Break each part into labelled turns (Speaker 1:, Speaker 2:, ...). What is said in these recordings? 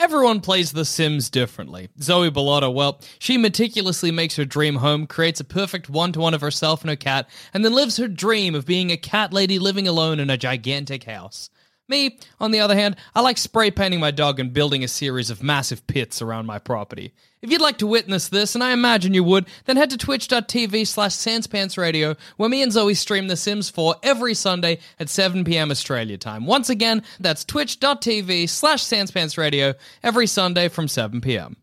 Speaker 1: Everyone plays The Sims differently. Zoe Bellotta, well, she meticulously makes her dream home, creates a perfect one to one of herself and her cat, and then lives her dream of being a cat lady living alone in a gigantic house. Me, on the other hand, I like spray painting my dog and building a series of massive pits around my property. If you'd like to witness this, and I imagine you would, then head to twitch.tv slash sanspantsradio, where me and Zoe stream The Sims 4 every Sunday at 7pm Australia time. Once again, that's twitch.tv slash sanspantsradio every Sunday from 7pm.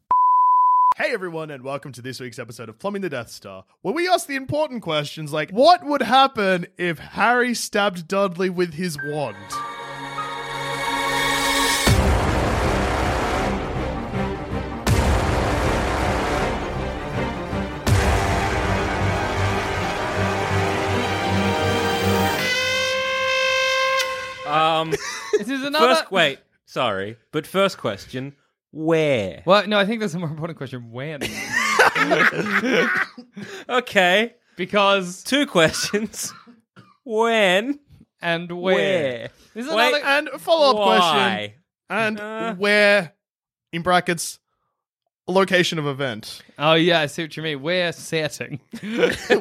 Speaker 2: Hey everyone, and welcome to this week's episode of Plumbing the Death Star, where we ask the important questions like what would happen if Harry stabbed Dudley with his wand?
Speaker 3: Um,
Speaker 1: This is another...
Speaker 3: first, wait, sorry, but first question: Where?
Speaker 1: Well, no, I think there's a more important question. When?
Speaker 3: Okay,
Speaker 1: because
Speaker 3: two questions. when?
Speaker 1: and where? uh
Speaker 3: Where?
Speaker 1: This is
Speaker 3: Wait,
Speaker 1: another...
Speaker 2: And a follow up question.
Speaker 3: Why?
Speaker 2: And
Speaker 3: Uh.
Speaker 2: where, in brackets, location of event.
Speaker 1: Oh, yeah, I see what you mean. Where setting?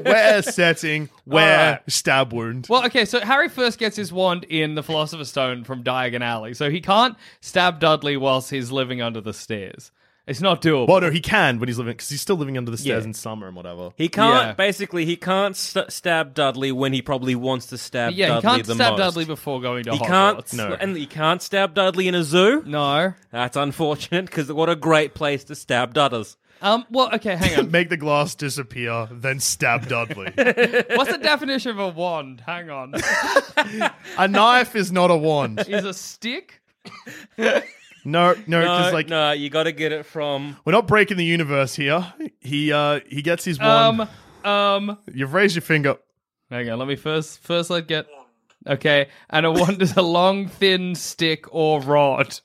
Speaker 2: Where setting, where
Speaker 1: Alright.
Speaker 2: stab wound.
Speaker 1: Well, okay, so Harry first gets his wand in the Philosopher's Stone from Diagon Alley, so he can't stab Dudley whilst he's living under the stairs. It's not doable.
Speaker 2: Well, no, he can when he's living, because he's still living under the stairs
Speaker 3: Yeah.
Speaker 2: in summer and whatever.
Speaker 3: He can't.
Speaker 1: Yeah.
Speaker 3: Basically, he can't st- stab Dudley when he probably wants to stab.
Speaker 1: yeah,
Speaker 3: Dudley
Speaker 1: he can't
Speaker 3: the
Speaker 1: stab
Speaker 3: most.
Speaker 1: Dudley before going to
Speaker 3: He
Speaker 1: Hogwarts.
Speaker 3: can't.
Speaker 2: No.
Speaker 3: And he can't stab Dudley in a zoo.
Speaker 1: No.
Speaker 3: That's unfortunate because what a great place to stab Dudders.
Speaker 1: Um. Well, okay, hang on.
Speaker 2: Make the glass disappear, then stab Dudley.
Speaker 1: What's the definition of a wand? Hang on.
Speaker 2: a knife is not a wand.
Speaker 1: Is a stick?
Speaker 2: No, no, because
Speaker 3: No,
Speaker 2: like
Speaker 3: no, you got to get it from.
Speaker 2: we're not breaking the universe here. He uh he gets his wand.
Speaker 1: Um. Um.
Speaker 2: You've raised your finger.
Speaker 1: Hang on. Let me first. First, let get. Okay, and a wand is a long, thin stick or rod.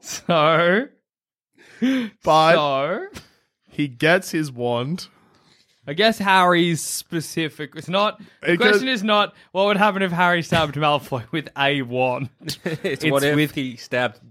Speaker 1: so.
Speaker 2: But
Speaker 1: So.
Speaker 2: he gets his wand.
Speaker 1: I guess Harry's specific. It's not. The
Speaker 2: It
Speaker 1: question
Speaker 2: goes-
Speaker 1: is not what would happen if Harry stabbed Malfoy with a wand.
Speaker 3: It's,
Speaker 1: It's
Speaker 3: what if
Speaker 1: with-
Speaker 3: he stabbed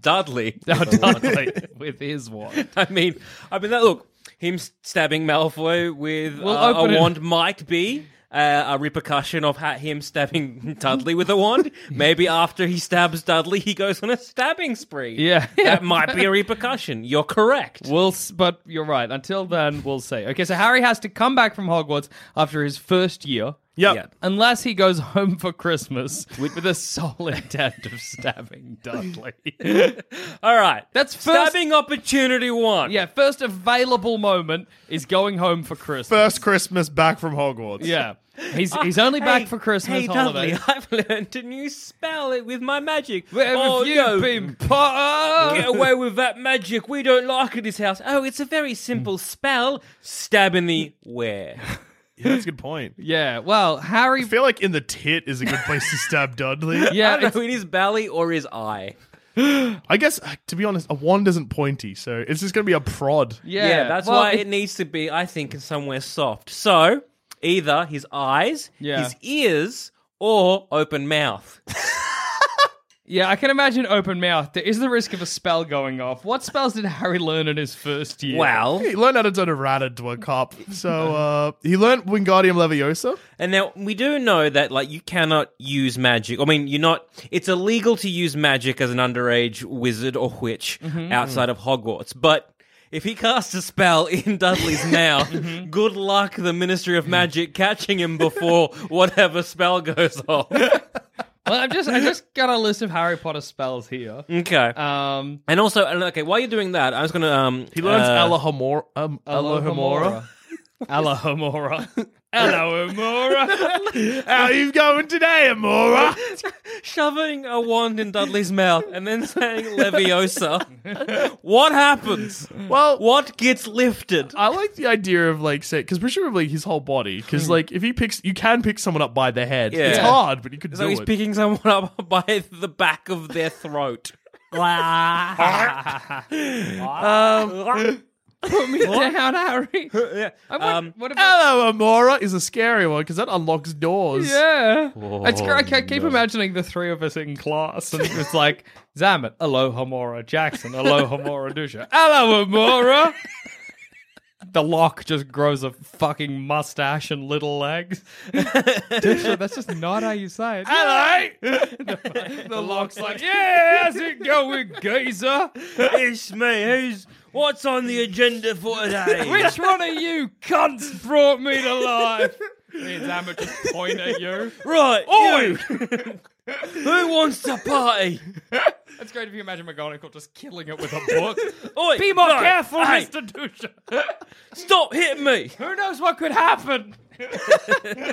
Speaker 3: Dudley.
Speaker 1: No, Oh, Dudley with his wand.
Speaker 3: I mean, I mean that. Look, him stabbing Malfoy with
Speaker 1: We'll
Speaker 3: uh,
Speaker 1: open
Speaker 3: a
Speaker 1: it-
Speaker 3: wand might be uh, a repercussion of ha- him stabbing Dudley with a wand. Maybe after he stabs Dudley, he goes on a stabbing spree.
Speaker 1: Yeah.
Speaker 3: that might be a repercussion. You're correct.
Speaker 1: We'll, s- but you're right. Until then, we'll see. Okay, so Harry has to come back from Hogwarts after his first year,
Speaker 2: Yep.
Speaker 3: Yeah.
Speaker 1: unless he goes home for Christmas with, with a sole intent of stabbing Dudley.
Speaker 3: All right,
Speaker 1: That's first-
Speaker 3: stabbing opportunity one.
Speaker 1: yeah, first available moment is going home for Christmas.
Speaker 2: First Christmas back from Hogwarts.
Speaker 1: Yeah, he's
Speaker 3: Ah,
Speaker 1: he's only
Speaker 3: hey,
Speaker 1: back for Christmas
Speaker 3: hey,
Speaker 1: holiday.
Speaker 3: Dudley, I've learned a new spell it with my magic.
Speaker 1: Where have
Speaker 3: oh,
Speaker 1: you
Speaker 3: no.
Speaker 1: been, Potter?
Speaker 3: Get away Oh, with that magic. We don't like it, this house. Oh, it's a very simple spell. Stab in the where.
Speaker 2: Yeah, that's a good point.
Speaker 1: Yeah, well, Harry.
Speaker 2: I feel like in the tit is a good place to stab Dudley.
Speaker 1: yeah,
Speaker 3: I don't
Speaker 1: it's-
Speaker 3: know, in his belly or his eye.
Speaker 2: I guess uh, to be honest, a wand isn't pointy, so it's just gonna be a prod.
Speaker 1: yeah,
Speaker 3: that's
Speaker 1: well,
Speaker 3: why it needs to be, I think, in somewhere soft. So, either his eyes,
Speaker 1: Yeah.
Speaker 3: his ears, or open mouth.
Speaker 1: Yeah, I can imagine open mouth. There is the risk of a spell going off. What spells did Harry learn in his first year?
Speaker 3: Well,
Speaker 2: He learned how to turn a rat into a cup. So uh he learned Wingardium Leviosa.
Speaker 3: and now we do know that, like, you cannot use magic. I mean, you're not, it's
Speaker 2: Mm-hmm.
Speaker 3: illegal to use magic as an underage wizard or witch outside of Hogwarts, but If he casts a spell in Dudley's mouth,
Speaker 2: Mm-hmm.
Speaker 3: good luck the Ministry of Magic catching him before whatever spell goes off.
Speaker 1: Well, I've just I just got a list of Harry Potter spells here.
Speaker 3: Okay.
Speaker 1: Um,
Speaker 3: and also, and okay, while you're doing that, I was gonna. Um,
Speaker 2: Uh, He learns
Speaker 3: uh,
Speaker 2: Alohomora. Um, Alohomora.
Speaker 1: Alohomora. Alohomora.
Speaker 2: How you going today, Amora?
Speaker 3: shoving a wand in Dudley's mouth and then saying "Leviosa." what happens?
Speaker 2: well,
Speaker 3: What gets lifted?
Speaker 2: I like the idea of like say because presumably his whole body because like if he picks you can pick someone up by the head. It's
Speaker 3: Yeah.
Speaker 2: hard, but you could
Speaker 3: So
Speaker 2: do
Speaker 3: he's
Speaker 2: it.
Speaker 3: picking someone up by the back of their throat. um,
Speaker 1: Put me down, Harry. I want,
Speaker 3: Um,
Speaker 1: what about
Speaker 2: Hello, Amora is a scary one because that unlocks
Speaker 3: Oh.
Speaker 2: doors.
Speaker 1: Yeah. It's great. I ca- keep imagining the three of us in class, and it's like, Zamet, aloha Mora Jackson, aloha Mora Dusha, aloha Mora. The lock just grows a fucking mustache and little legs. Dusha, that's just not how you say it.
Speaker 2: Hello.
Speaker 1: The, lock's like, yeah, how's it going, geezer?
Speaker 3: it's me. Who's what's on the agenda for today?
Speaker 1: Which one of you cunts brought me to life? Me and Zamet just point at you.
Speaker 3: right.
Speaker 1: Oi!
Speaker 3: you. Who wants to party?
Speaker 1: It's great if you imagine McGonagall just killing it with a book.
Speaker 3: Oi,
Speaker 1: Be more
Speaker 3: no,
Speaker 1: careful,
Speaker 3: hey,
Speaker 1: Mr. Dusha.
Speaker 3: Stop hitting me.
Speaker 1: Who knows what could happen?
Speaker 3: Okay.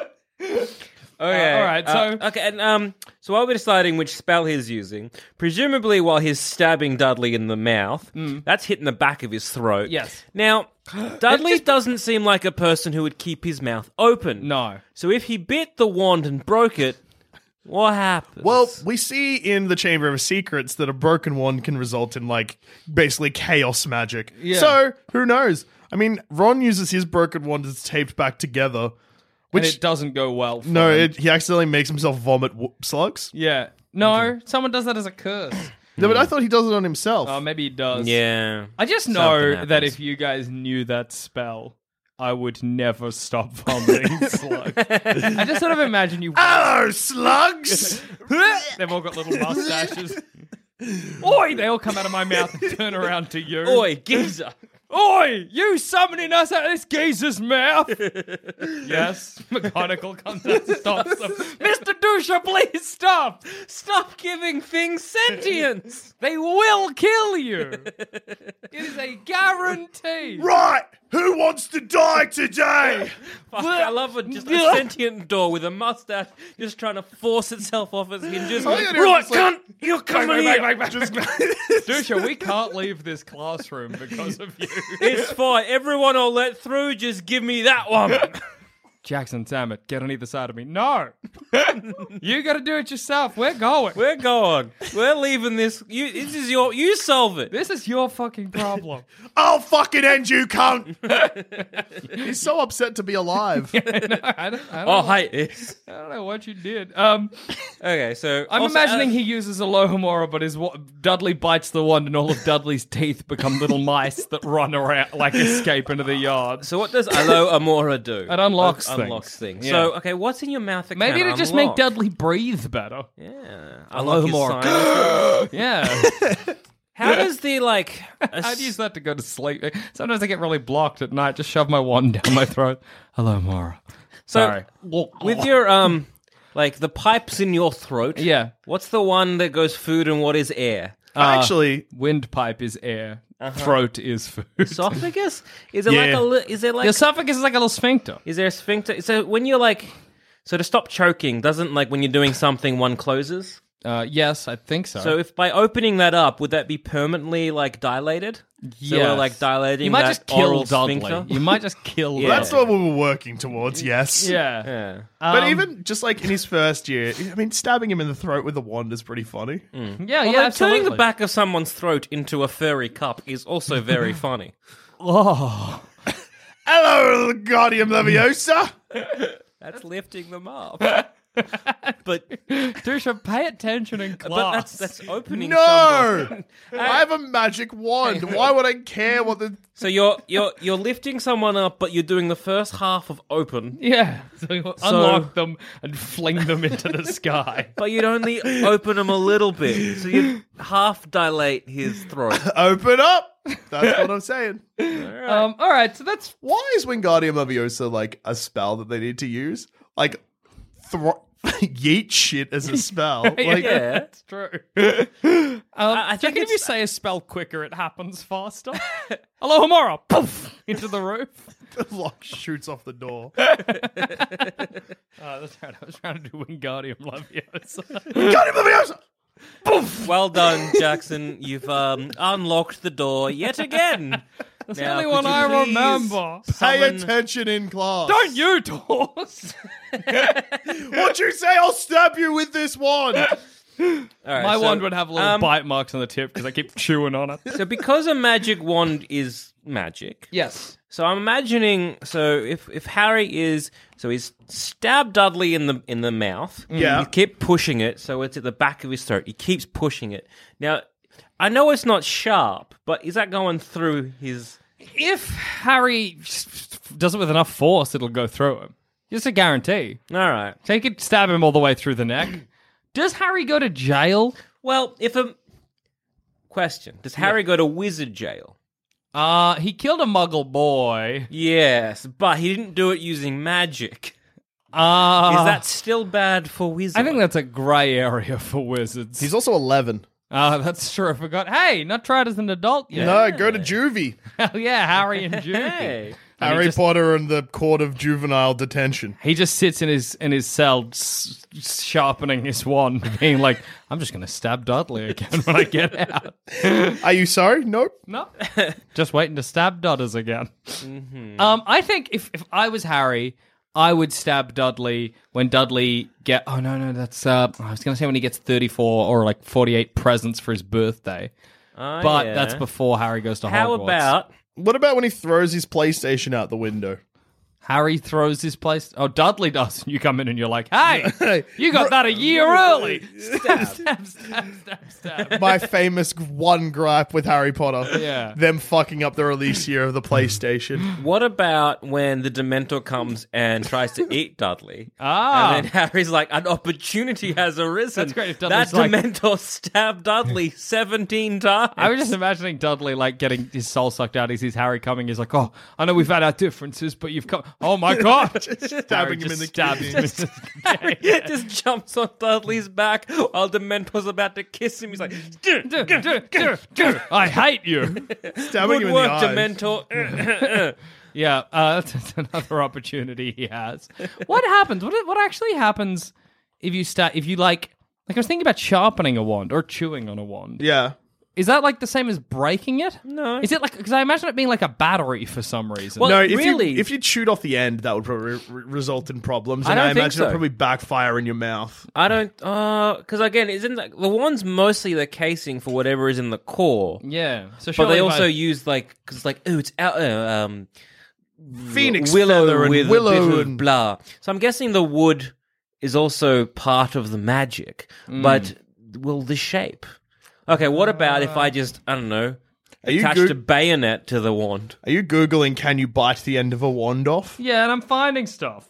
Speaker 1: Uh, all right,
Speaker 3: uh,
Speaker 1: so-
Speaker 3: okay, and um, so while we're deciding which spell he's using, presumably while he's stabbing Dudley in the mouth, that's hitting the back of his throat.
Speaker 1: Mm. Yes.
Speaker 3: Now, Dudley doesn't seem like a person who would keep his mouth open.
Speaker 1: No.
Speaker 3: So if he bit the wand and broke it, what happens?
Speaker 2: Well, we see in the Chamber of Secrets that a broken wand can result in like basically chaos magic.
Speaker 1: Yeah.
Speaker 2: So who knows? I mean, Ron uses his broken wand that's taped back together.
Speaker 1: Which
Speaker 2: Which-
Speaker 1: it doesn't go well. For
Speaker 2: No,
Speaker 1: him.
Speaker 2: it, he accidentally makes himself vomit w- slugs.
Speaker 1: yeah. No, someone does that as a curse.
Speaker 2: No, but I thought he does it on himself.
Speaker 1: Oh, maybe he does.
Speaker 3: yeah.
Speaker 1: I just
Speaker 3: Something
Speaker 1: know
Speaker 3: happens.
Speaker 1: that if you guys knew that spell, I would never stop vomiting slug. I just sort of imagine you.
Speaker 2: Hello, slugs.
Speaker 1: They've all got little mustaches. Oi! They all come out of my mouth and turn around to you.
Speaker 3: Oi, geezer.
Speaker 1: Oi, you summoning us out of this geezer's mouth? yes, McGonagall comes out and stops them. Mr. Dusha, please stop!
Speaker 3: Stop giving things sentience.
Speaker 1: They will kill you! It is a guarantee!
Speaker 2: right. Who wants to die today?
Speaker 3: Fuck, I love it. Just a sentient door with a mustache just trying to force itself off its hinges.
Speaker 2: Oh, yeah,
Speaker 3: Right,
Speaker 2: dude, it's like-
Speaker 3: cunt, you're coming here.
Speaker 2: Just-
Speaker 1: Dusha, we can't leave this classroom because of you.
Speaker 3: It's fine. Everyone I'll let through, just give me that one.
Speaker 1: Jackson, damn it, get on either side of me. No! you gotta do it yourself. We're going.
Speaker 3: We're gone. We're leaving this. You, this is your. You solve it.
Speaker 1: this is your fucking problem.
Speaker 2: I'll fucking end you, cunt. He's so upset to be alive.
Speaker 1: I don't, I, don't,
Speaker 3: Oh, hey. it's-
Speaker 1: I don't know what you did. Um,
Speaker 3: Okay, so
Speaker 1: I'm
Speaker 3: also,
Speaker 1: imagining
Speaker 3: uh,
Speaker 1: he uses Alohomora, but his wa- Dudley bites the wand, and all of Dudley's teeth become little mice that run around, like escape into the yard.
Speaker 3: So what does Alo Amora do?
Speaker 1: It unlocks
Speaker 3: Un-
Speaker 1: things.
Speaker 3: Unlocks things.
Speaker 1: Yeah.
Speaker 3: So okay, what's in your mouth? That
Speaker 1: Maybe
Speaker 3: can
Speaker 1: it'll just make
Speaker 3: unlock?
Speaker 1: Dudley breathe better.
Speaker 3: Yeah.
Speaker 1: Alohomora.
Speaker 3: Alohomora.
Speaker 1: Yeah,
Speaker 3: How does the like?
Speaker 1: I'd use that to go to sleep. Sometimes I get really blocked at night. Just shove my wand down my throat. Alohomora. Sorry.
Speaker 3: with your um, like the pipes in your throat.
Speaker 1: Yeah.
Speaker 3: What's the one that goes food and what is air?
Speaker 2: Actually,
Speaker 1: Windpipe is air.
Speaker 3: Uh-huh.
Speaker 1: Throat is food.
Speaker 3: Esophagus? Is it like
Speaker 2: Yeah.
Speaker 3: a? Li- is there like?
Speaker 1: the esophagus is like a little sphincter.
Speaker 3: Is there a sphincter? So when you're like, so to stop choking, doesn't like when you're doing something, one closes.
Speaker 1: Uh, yes, I think so.
Speaker 3: So if by opening that up, would that be permanently like dilated? So we're
Speaker 1: Yes.
Speaker 3: like dilating.
Speaker 1: You might
Speaker 3: that
Speaker 1: just kill
Speaker 3: oral
Speaker 1: Dudley.
Speaker 3: sphincter?
Speaker 1: You might just kill.
Speaker 3: Yeah.
Speaker 2: that's what we were working towards. Yes.
Speaker 1: Yeah.
Speaker 3: Yeah.
Speaker 2: But even just like in his first year, I mean, stabbing him in the throat with a wand is pretty funny.
Speaker 1: Yeah,
Speaker 3: Well,
Speaker 1: yeah,
Speaker 3: like, turning the
Speaker 1: absolutely.
Speaker 3: back of someone's throat into a furry cup is also very funny.
Speaker 1: Oh.
Speaker 2: Hello, Guardian Leviosa.
Speaker 3: That's lifting them up. But
Speaker 1: Dusha, uh, pay attention in class.
Speaker 3: but that's that's opening.
Speaker 2: No!
Speaker 3: someone.
Speaker 2: I have a magic wand. Why would I care what the.
Speaker 3: So you're you're you're lifting someone up, but you're doing the first half of open,
Speaker 1: yeah. So you unlock them and fling them into the sky.
Speaker 3: but you'd only open him a little bit. So you half dilate his throat.
Speaker 2: Open up! That's what I'm saying.
Speaker 1: Um, all right, so that's
Speaker 2: Why is Wingardium Leviosa like a spell that they need to use? Like, thro- yeet shit as a spell. Like,
Speaker 3: Yeah.
Speaker 1: that's true. um, I,
Speaker 3: think
Speaker 1: think if you
Speaker 3: it's-
Speaker 1: say a spell quicker, it happens faster. Alohomora, poof, into the roof.
Speaker 2: the lock shoots off the door.
Speaker 1: Uh, that's right. I was trying to do Wingardium Leviosa.
Speaker 2: Wingardium Leviosa!
Speaker 3: Well done, Jackson. You've um, unlocked the door yet again. That's
Speaker 1: the only one I remember.
Speaker 2: Pay attention in class.
Speaker 1: Don't you, Dawes?
Speaker 2: What you say? I'll stab you with this wand.
Speaker 1: My wand would have little
Speaker 3: um,
Speaker 1: bite marks on the tip because I keep chewing on it.
Speaker 3: So because a magic wand is magic,
Speaker 1: Yes.
Speaker 3: So I'm imagining. So if if Harry is so he's stabbed Dudley in the in the mouth.
Speaker 2: Yeah.
Speaker 3: You keep pushing it, so it's at the back of his throat. He keeps pushing it. Now, I know it's not sharp, but is that going through his?
Speaker 1: If Harry does it with enough force, it'll go through him. Just a guarantee.
Speaker 3: All right.
Speaker 1: Take it, stab him all the way through the neck. Does Harry go to jail?
Speaker 3: Well, if a question does Harry go to wizard jail?
Speaker 1: Uh, he killed a muggle boy.
Speaker 3: Yes, but he didn't do it using magic.
Speaker 1: Uh,
Speaker 3: Is that still bad for wizard?
Speaker 1: I think that's a grey area for wizards.
Speaker 2: He's also 11.
Speaker 1: Uh, that's true. I forgot. Hey, not tried as an adult yet.
Speaker 2: No, go to juvie.
Speaker 1: Hell yeah, Harry and Judy.
Speaker 3: Hey.
Speaker 1: And he
Speaker 2: Harry
Speaker 1: just-
Speaker 2: Potter and the Court of Juvenile Detention.
Speaker 1: He just sits in his in his cell, s- s- sharpening his wand, being like, "I'm just gonna stab Dudley again when I get out."
Speaker 2: Are you sorry? Nope.
Speaker 1: No, just waiting to stab Dudders again.
Speaker 3: Mm-hmm.
Speaker 1: Um, I think if if I was Harry, I would stab Dudley when Dudley get. Oh no, no, that's. Uh, I was gonna say when he gets 34 or like 48 presents for his birthday,
Speaker 3: Ah,
Speaker 1: but
Speaker 3: yeah.
Speaker 1: that's before Harry goes to
Speaker 3: How
Speaker 1: Hogwarts.
Speaker 3: about
Speaker 2: What about when he throws his PlayStation out the window?
Speaker 1: Harry throws his place. Oh, Dudley does. You come in and you're like, "Hey, you got that a year early." Stab, stab, stab, stab, stab.
Speaker 2: My famous g- one gripe with Harry Potter.
Speaker 1: Yeah.
Speaker 2: Them fucking up the release year of the PlayStation.
Speaker 3: What about when the Dementor comes and tries to eat Dudley?
Speaker 1: Ah.
Speaker 3: And then Harry's like, an opportunity has arisen.
Speaker 1: That's great if
Speaker 3: that
Speaker 1: Dudley's like-
Speaker 3: Dementor stabbed Dudley 17 times.
Speaker 1: I was just imagining Dudley like getting his soul sucked out. He sees Harry coming. He's like, "Oh, I know we've had our differences, but you've come." Oh my god! Harry
Speaker 2: stabbing him in
Speaker 1: just
Speaker 2: the
Speaker 1: stabs him.
Speaker 2: kidneys.
Speaker 3: Harry just jumps on Dudley's back while Dementor's about to kiss him. He's like, "Duh,
Speaker 1: Do, do, do, do. I hate you.
Speaker 2: Stabbing
Speaker 3: good
Speaker 2: him
Speaker 3: work,
Speaker 2: in the eyes.
Speaker 3: Dementor.
Speaker 1: Yeah, uh, that's, that's another opportunity he has. What happens? What what actually happens if you start if you like like I was thinking about sharpening a wand or chewing on a wand.
Speaker 2: Yeah.
Speaker 1: Is that like the same as breaking it?
Speaker 3: No.
Speaker 1: Is it like because I imagine it being like a battery for some reason?
Speaker 3: Well,
Speaker 2: No, if
Speaker 3: really?
Speaker 2: you if you chewed off the end, that would probably re- re- result in problems,
Speaker 3: I
Speaker 2: and I,
Speaker 3: don't think
Speaker 2: imagine
Speaker 3: so.
Speaker 2: it'll probably backfire in your mouth.
Speaker 3: I don't, because again, isn't that, the wand's mostly the casing for whatever is in the core.
Speaker 1: yeah. So
Speaker 3: But
Speaker 1: surely
Speaker 3: they
Speaker 1: if
Speaker 3: also
Speaker 1: I-
Speaker 3: use like because like oh it's out uh, um
Speaker 2: Phoenix
Speaker 3: willow
Speaker 2: feather and
Speaker 3: with a
Speaker 2: willow
Speaker 3: bit of
Speaker 2: and
Speaker 3: blah. So I'm guessing the wood is also part of the magic,
Speaker 2: Mm.
Speaker 3: but will the shape? Okay, what about if I just I don't know
Speaker 2: Uh, Are you
Speaker 3: attached
Speaker 2: Goog-
Speaker 3: a bayonet to the wand?
Speaker 2: Are you googling? Can you bite the end of a wand off?
Speaker 1: yeah, and I'm finding stuff.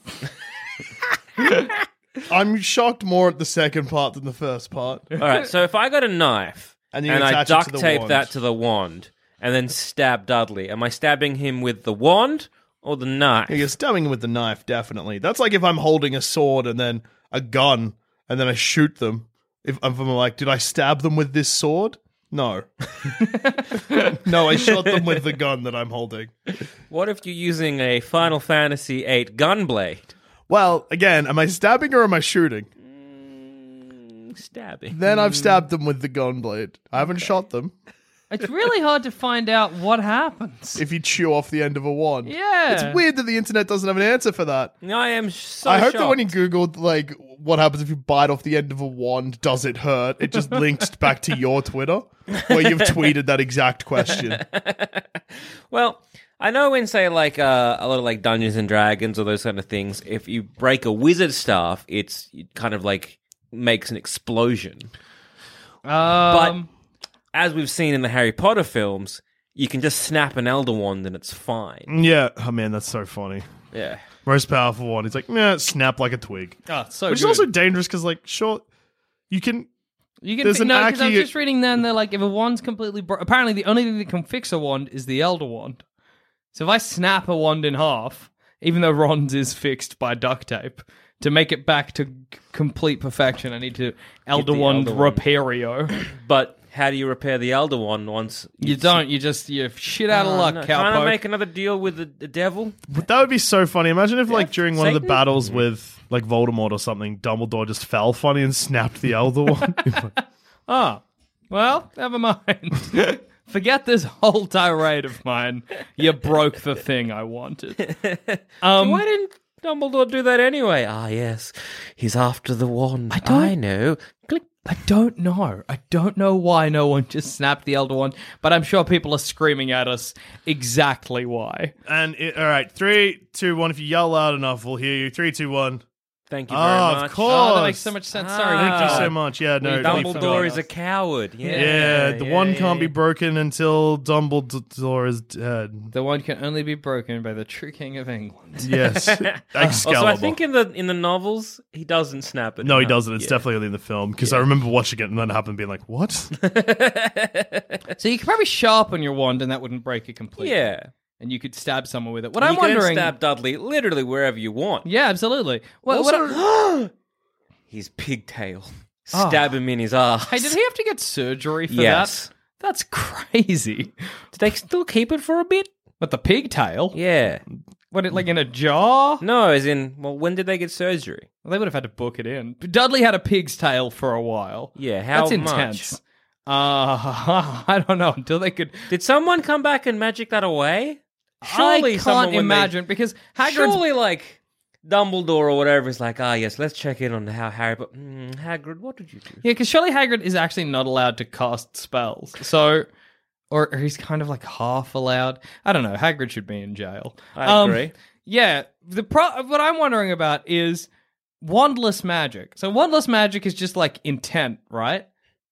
Speaker 2: I'm shocked more at the second part than the first part.
Speaker 3: All right, so if I got a knife
Speaker 2: And
Speaker 3: and,
Speaker 2: you
Speaker 3: I
Speaker 2: attach it to
Speaker 3: duct
Speaker 2: the
Speaker 3: tape
Speaker 2: wand.
Speaker 3: that to the wand and then stab Dudley, am I stabbing him with the wand or the knife?
Speaker 2: You're stabbing him with the knife, definitely. That's like if I'm holding a sword and then a gun, and then I shoot them. If if I'm like, did I stab them with this sword? No. no, I shot them with the gun that I'm holding.
Speaker 3: What if you're using a Final Fantasy VIII gunblade?
Speaker 2: Well, again, am I stabbing or am I shooting?
Speaker 3: Stabbing.
Speaker 2: Then I've stabbed them with the gun blade. I haven't shot them.
Speaker 1: It's really hard to find out what happens.
Speaker 2: if you chew off the end of a wand.
Speaker 1: Yeah.
Speaker 2: It's weird that the internet doesn't have an answer for that.
Speaker 3: I am so.
Speaker 2: I hope that
Speaker 3: shocked.
Speaker 2: when you googled like what happens if you bite off the end of a wand, does it hurt? It just links back to your Twitter where you've tweeted that exact question.
Speaker 3: Well, I know in say like uh, a lot of like Dungeons and Dragons or those kind of things, if you break a wizard staff, it's it kind of like makes an explosion.
Speaker 1: Um,
Speaker 3: but as we've seen in the Harry Potter films, you can just snap an elder wand and it's fine.
Speaker 2: Yeah. Oh man, that's so funny.
Speaker 3: Yeah.
Speaker 2: Most powerful wand. He's like, nah, snap like a twig.
Speaker 3: Ah,
Speaker 1: oh, it's so
Speaker 2: Which
Speaker 1: good.
Speaker 2: is also dangerous because like sure you can
Speaker 1: you can
Speaker 2: there's
Speaker 1: fi-
Speaker 2: an
Speaker 1: no, because I was
Speaker 2: Aki-
Speaker 1: just reading then they're like if a wand's completely bro- apparently the only thing that can fix a wand is the elder wand. So if I snap a wand in half, even though Ron's is fixed by duct tape, to make it back to c- complete perfection, I need to elder
Speaker 3: the
Speaker 1: wand
Speaker 3: elder wand.
Speaker 1: repairio.
Speaker 3: But how do you repair the elder wand once Uh,
Speaker 1: you don't. You just you shit out of luck,
Speaker 3: Oh, no. Can I
Speaker 1: cowpoke.
Speaker 3: make another deal with the, the devil?
Speaker 2: But that would be so funny. Imagine if, like, during one of the
Speaker 3: Satan?
Speaker 2: battles with, like, Voldemort or something, Dumbledore just fell funny and snapped the Elder one.
Speaker 1: Ah, well, never mind. Forget this whole tirade of mine. You broke the thing I wanted. Um,
Speaker 3: Why didn't Dumbledore do that anyway? Ah, yes. He's after the wand. I,
Speaker 1: don't-
Speaker 3: I know. Click.
Speaker 1: I don't know. I don't know why no one just snapped the elder one, but I'm sure people are screaming at us exactly why.
Speaker 2: and, it, all right, three, two, one. If you yell loud enough, we'll hear you. Three, two, one.
Speaker 3: Thank you very
Speaker 2: Ah,
Speaker 3: much.
Speaker 2: of course.
Speaker 1: Oh, that makes so much sense. Sorry.
Speaker 3: Ah.
Speaker 2: Thank you so much. Yeah, no. we forgot.
Speaker 3: Dumbledore is a coward. Yeah,
Speaker 2: Yeah, the
Speaker 3: yeah,
Speaker 2: one
Speaker 3: yeah,
Speaker 2: can't be
Speaker 3: yeah.
Speaker 2: broken until Dumbledore is dead.
Speaker 1: The one can only be broken by the true king of England.
Speaker 2: Yes. Excalibur.
Speaker 3: Also, I think in the in the novels he doesn't snap it.
Speaker 2: no, he doesn't. It's definitely only in the film because I remember watching it and then happened being like, what?
Speaker 1: So you could probably sharpen your wand and that wouldn't break it completely.
Speaker 3: Yeah,
Speaker 1: And you could stab someone with it. What
Speaker 3: you
Speaker 1: I'm
Speaker 3: can
Speaker 1: wondering.
Speaker 3: stab Dudley literally wherever you want.
Speaker 1: yeah, absolutely. What, what,
Speaker 3: His pigtail. Stab him in his ass.
Speaker 1: Hey, did he have to get surgery for
Speaker 3: Yes.
Speaker 1: that? That's crazy.
Speaker 3: Did they still keep it for a bit?
Speaker 1: But the pigtail?
Speaker 3: Yeah.
Speaker 1: What, it like in a jar?
Speaker 3: No, as in, well, when did they get surgery?
Speaker 1: They would have had to book it in. But Dudley had a pig's tail for a while.
Speaker 3: Yeah, how
Speaker 1: That's
Speaker 3: much?
Speaker 1: intense. Uh, I don't know until they could.
Speaker 3: Did someone come back and magic that away?
Speaker 1: I
Speaker 3: someone when
Speaker 1: can't
Speaker 3: they-
Speaker 1: imagine because Hagrid's
Speaker 3: surely, like Dumbledore or whatever is like, ah, yes, let's check in on how Harry. But mm, Hagrid, what did you do?
Speaker 1: yeah, because surely Hagrid is actually not allowed to cast spells. So, or, or he's kind of like half allowed. I don't know. Hagrid should be in jail.
Speaker 3: I
Speaker 1: Um,
Speaker 3: agree.
Speaker 1: Yeah, the pro- what I'm wondering about is wandless magic. So wandless magic is just like intent, right?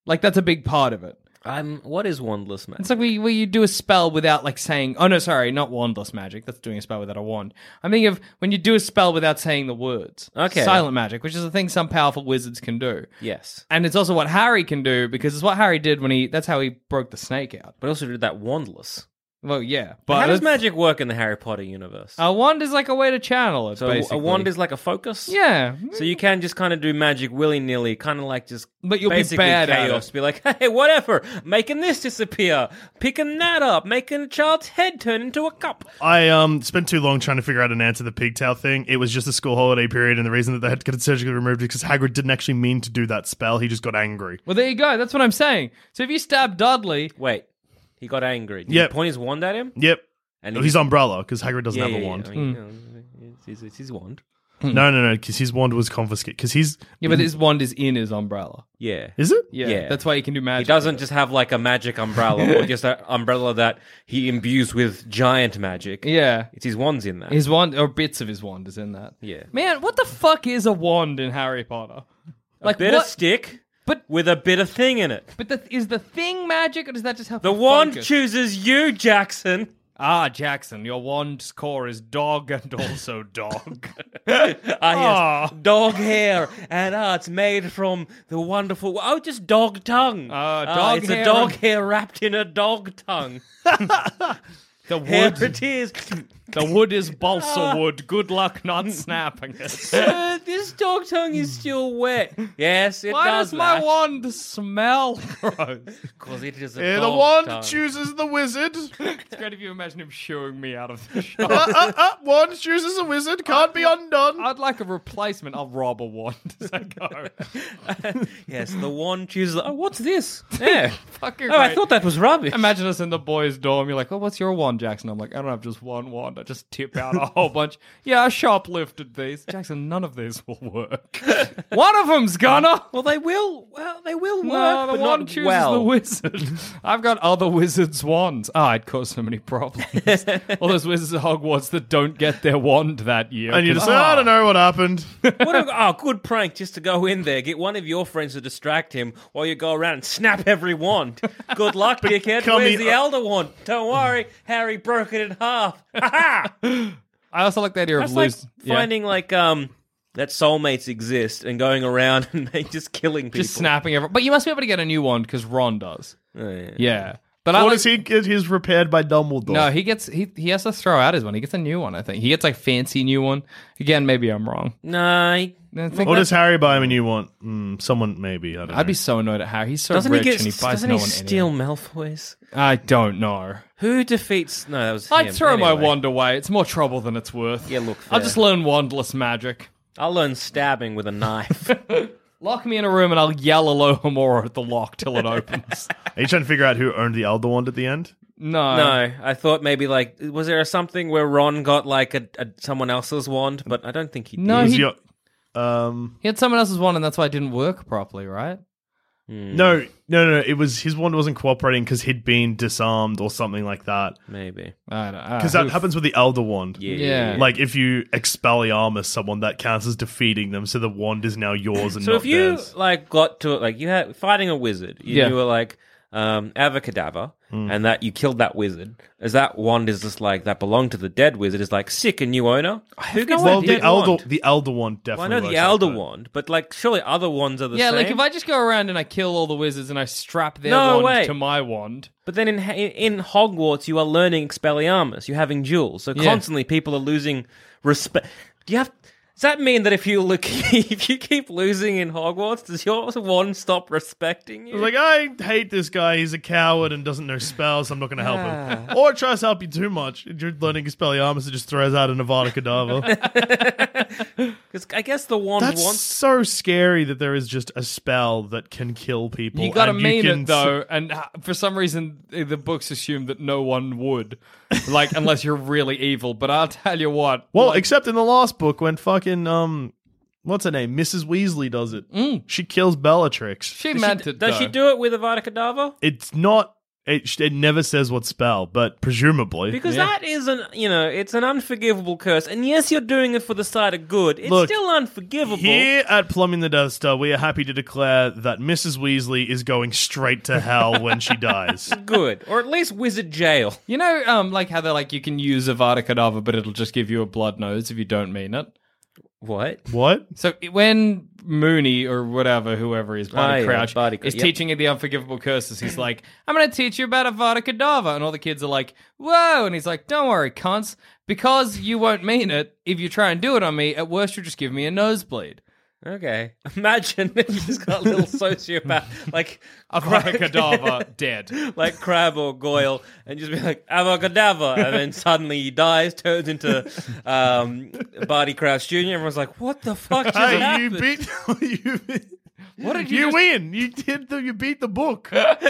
Speaker 1: Like that's a big part of it.
Speaker 3: I'm. What is wandless magic?
Speaker 1: It's like where you, where you do a spell without like saying. Oh no, sorry, not wandless magic. That's doing a spell without a wand. I'm thinking of when you do a spell without saying the words.
Speaker 3: Okay.
Speaker 1: silent magic, which is a thing some powerful wizards can do,
Speaker 3: yes,
Speaker 1: and it's also what Harry can do because it's what Harry did when he. That's how he broke the snake out.
Speaker 3: but also did that wandless.
Speaker 1: Well, yeah, but
Speaker 3: But how does
Speaker 1: it's-
Speaker 3: magic work in the Harry Potter universe?
Speaker 1: a wand is like a way to channel it.
Speaker 3: so
Speaker 1: basically.
Speaker 3: a wand is like a focus.
Speaker 1: yeah.
Speaker 3: So you can just kind of do magic willy nilly, kind of like just
Speaker 1: But you'll be
Speaker 3: basically
Speaker 1: bad at
Speaker 3: chaos. Be like, hey, whatever, making this disappear, picking that up, making a child's head turn into a cup.
Speaker 2: I um spent too long trying to figure out an answer to the pigtail thing. It was just a school holiday period, and the reason that they had to get it surgically removed is because Hagrid didn't actually mean to do that spell. He just got angry.
Speaker 1: Well, there you go. That's what I'm saying. So if you stab Dudley,
Speaker 3: Wait, he got angry. Did
Speaker 2: Yep.
Speaker 3: you point his wand at him?
Speaker 2: Yep.
Speaker 3: And
Speaker 2: Oh,
Speaker 3: he-
Speaker 2: his umbrella, because Hagrid doesn't
Speaker 3: Yeah,
Speaker 2: have
Speaker 3: yeah,
Speaker 2: a
Speaker 3: yeah,
Speaker 2: wand.
Speaker 3: I
Speaker 1: Hmm.
Speaker 3: mean, you know, it's, it's his wand.
Speaker 2: No, no, no, because his wand was confiscated. Because he's
Speaker 1: yeah, but his wand is in his umbrella.
Speaker 3: Yeah.
Speaker 2: is it?
Speaker 1: Yeah,
Speaker 3: Mm-hmm. Yeah.
Speaker 1: that's why he can do
Speaker 3: He
Speaker 1: magic.
Speaker 3: doesn't just have like a magic umbrella or just an umbrella that he imbues with giant magic.
Speaker 1: Yeah,
Speaker 3: It's his wands in that.
Speaker 1: his wand or bits of his wand is in that.
Speaker 3: Yeah.
Speaker 1: man, what the fuck is a wand in Harry Potter? Like
Speaker 3: bit
Speaker 1: what?
Speaker 3: of stick
Speaker 1: but
Speaker 3: with a bit of thing in it.
Speaker 1: but the, is the thing magic or does that just help?
Speaker 3: The
Speaker 1: you
Speaker 3: wand
Speaker 1: focus?
Speaker 3: chooses you, Jackson.
Speaker 1: ah, Jackson, your wand's core is dog and also dog.
Speaker 3: Ah, yes. Dog hair. And ah, it's made from the wonderful. Oh, just dog tongue.
Speaker 1: Ah,
Speaker 3: Ah,
Speaker 1: dog
Speaker 3: it's
Speaker 1: hair
Speaker 3: a dog
Speaker 1: and-
Speaker 3: hair wrapped in a dog tongue.
Speaker 1: the
Speaker 3: Here
Speaker 1: wood
Speaker 3: it is.
Speaker 1: The wood is balsa
Speaker 3: Ah.
Speaker 1: wood. Good luck not snapping it.
Speaker 3: Uh, this dog tongue is still wet. Yes, it
Speaker 1: Why
Speaker 3: does.
Speaker 1: does my
Speaker 3: that.
Speaker 1: wand smell gross?
Speaker 3: 'Cause it is a
Speaker 2: Yeah, the
Speaker 3: dog
Speaker 2: wand
Speaker 3: tongue.
Speaker 2: chooses the wizard.
Speaker 1: it's great if you imagine him shooing me out of the shop.
Speaker 2: uh, uh, uh, wand chooses a wizard. Can't be undone.
Speaker 1: I'd like a replacement. I'll rob a wand as I go.
Speaker 3: Yes, the wand chooses. Oh, what's this? Yeah.
Speaker 1: Fucking
Speaker 3: oh, I
Speaker 1: great.
Speaker 3: thought that was rubbish.
Speaker 1: Imagine us in the boys' dorm. You're like, oh, what's your wand, Jackson? I'm like, I don't have just one wand. I just tip out a whole bunch. Yeah, I shoplifted these. Jackson, none of these will work. one of them's gonna.
Speaker 3: well, they will. Well, they will work,
Speaker 1: No, the
Speaker 3: but
Speaker 1: wand
Speaker 3: not
Speaker 1: chooses
Speaker 3: well.
Speaker 1: the wizard. I've got other wizards' wands. Ah, it caused so many problems. All those wizards at Hogwarts that don't get their wand that year.
Speaker 2: and you just say,
Speaker 1: Ah.
Speaker 2: I don't know what happened.
Speaker 3: What a, oh, good prank just to go in there, get one of your friends to distract him while you go around and snap every wand. Good luck, dickhead.
Speaker 2: Become
Speaker 3: Where's
Speaker 2: the-
Speaker 3: the elder wand? Don't worry, Harry broke it in half. Ha ha!
Speaker 1: I also like the idea of
Speaker 3: That's like
Speaker 1: lose. yeah.
Speaker 3: finding like um that soulmates exist and going around and they just killing people.
Speaker 1: Just snapping everyone. But you must be able to get a new wand because Ron does.
Speaker 3: Oh, yeah.
Speaker 1: Yeah. But I
Speaker 2: Or
Speaker 1: like-
Speaker 2: does he get his repaired by Dumbledore?
Speaker 1: No, he gets he he has to throw out his one. He gets a new one, I think. He gets like fancy new one. Again, maybe I'm wrong.
Speaker 3: No, he-
Speaker 1: I think
Speaker 2: Or
Speaker 1: that-
Speaker 2: does Harry buy him a new one? Mm, someone maybe. I don't know.
Speaker 1: I'd be so annoyed at Harry. He's so
Speaker 3: doesn't he
Speaker 1: rich
Speaker 3: get?
Speaker 1: and he buys
Speaker 3: doesn't
Speaker 1: no
Speaker 3: he
Speaker 1: one
Speaker 3: steal
Speaker 1: anything.
Speaker 3: Malfoy's?
Speaker 1: I don't know.
Speaker 3: Who defeats? No, that was.
Speaker 1: I'd
Speaker 3: him.
Speaker 1: throw my
Speaker 3: Anyway.
Speaker 1: wand away. It's more trouble than it's worth.
Speaker 3: Yeah, look,
Speaker 1: I'll
Speaker 3: fair.
Speaker 1: just learn wandless magic.
Speaker 3: I'll learn stabbing with a knife.
Speaker 1: Lock me in a room and I'll yell Alohomora at the lock till it opens.
Speaker 2: Are you trying to figure out who owned the Elder Wand at the end?
Speaker 1: No.
Speaker 3: No, I thought maybe like was there something where Ron got like a, a someone else's wand, but I don't think he did.
Speaker 1: No,
Speaker 2: Was
Speaker 1: he,
Speaker 2: your- um,
Speaker 1: he had someone else's one and that's why it didn't work properly, right?
Speaker 3: Hmm.
Speaker 2: no, no, no, no. It was his wand wasn't cooperating because he'd been disarmed or something like that.
Speaker 3: Maybe.
Speaker 1: I don't know.
Speaker 2: Because that happens with the Elder Wand.
Speaker 3: Ah, Yeah.
Speaker 1: Yeah.
Speaker 2: Like if you expelliarmus someone, that counts as defeating them. So the wand is now yours and
Speaker 3: So
Speaker 2: not
Speaker 3: if you
Speaker 2: theirs.
Speaker 3: like got to like you had fighting a wizard, you,
Speaker 1: Yeah.
Speaker 3: you were like um avacadabra
Speaker 2: Hmm.
Speaker 3: and that you killed that wizard. Is that wand is just like that belonged to the dead wizard is like sick and new owner? Who gets
Speaker 2: well,
Speaker 3: the dead
Speaker 2: the elder,
Speaker 3: wand?
Speaker 2: the elder wand
Speaker 3: Well, I
Speaker 2: definitely.
Speaker 3: know the
Speaker 2: works like
Speaker 3: elder
Speaker 2: that.
Speaker 3: wand, but like surely other wands are the
Speaker 1: yeah,
Speaker 3: same.
Speaker 1: like if I just go around and I kill all the wizards and I strap their
Speaker 3: No
Speaker 1: wand
Speaker 3: way.
Speaker 1: to my wand.
Speaker 3: But then in in Hogwarts, you are learning Expelliarmus. You're having duels, so
Speaker 1: Yeah.
Speaker 3: constantly people are losing respect. Do you have? Does that mean that if you look, if you keep losing in Hogwarts, does your wand stop respecting you?
Speaker 2: It's like I hate this guy. He's a coward and doesn't know spells. I'm not going to help him, or tries to help you too much. You're learning expelliarmus. It just throws out a Nevada cadaver.
Speaker 3: 'Cause I guess the wand
Speaker 2: That's
Speaker 3: wants.
Speaker 2: so scary that there is just a spell that can kill people.
Speaker 1: You gotta
Speaker 2: and
Speaker 1: mean
Speaker 2: can
Speaker 1: it though, and uh, for some reason uh, the books assume that no one would, like unless you're really evil. But I'll tell you what,
Speaker 2: Well,
Speaker 1: like,
Speaker 2: except in the last book when fucking um, what's her name, Mrs. Weasley does it. She kills Bellatrix.
Speaker 1: Mm. she meant it.
Speaker 3: Does she
Speaker 1: though.
Speaker 3: do it with a Avada Kedavra?
Speaker 2: It's not. It, it never says what spell, but presumably
Speaker 3: Because that is an you know it's an unforgivable curse. And yes, you're doing it for the side of good. It's
Speaker 2: Look,
Speaker 3: still unforgivable.
Speaker 2: Here at Plumbing the Death Star, we are happy to declare that Mrs. Weasley is going straight to hell when she dies.
Speaker 3: Good, or at least wizard jail.
Speaker 1: You know, um, like how they're like you can use Avada Kedavra, but it'll just give you a blood nose if you don't mean it.
Speaker 3: What?
Speaker 2: What?
Speaker 1: So it- when Mooney or whatever, whoever is
Speaker 3: Ah,
Speaker 1: Barty
Speaker 3: yeah,
Speaker 1: Crouch,
Speaker 3: Barty Cr-
Speaker 1: is
Speaker 3: yep.
Speaker 1: teaching you the unforgivable curses, he's like, "I'm going to teach you about Avada Kedavra," and all the kids are like, "Whoa!" And he's like, "Don't worry, cunts, because you won't mean it. If you try and do it on me, at worst you'll just give me a nosebleed."
Speaker 3: Okay. Imagine if you just got a little sociopath like
Speaker 1: Avada Kedavra dead.
Speaker 3: like crab or goyle and just be like avacadabra and then suddenly he dies turns into um barty crouch jr everyone's like what the fuck just
Speaker 2: Hey, you
Speaker 3: happened?
Speaker 2: beat. you beat-
Speaker 1: What did
Speaker 2: you
Speaker 1: you?
Speaker 2: win. You did. The, you beat the book.
Speaker 1: just,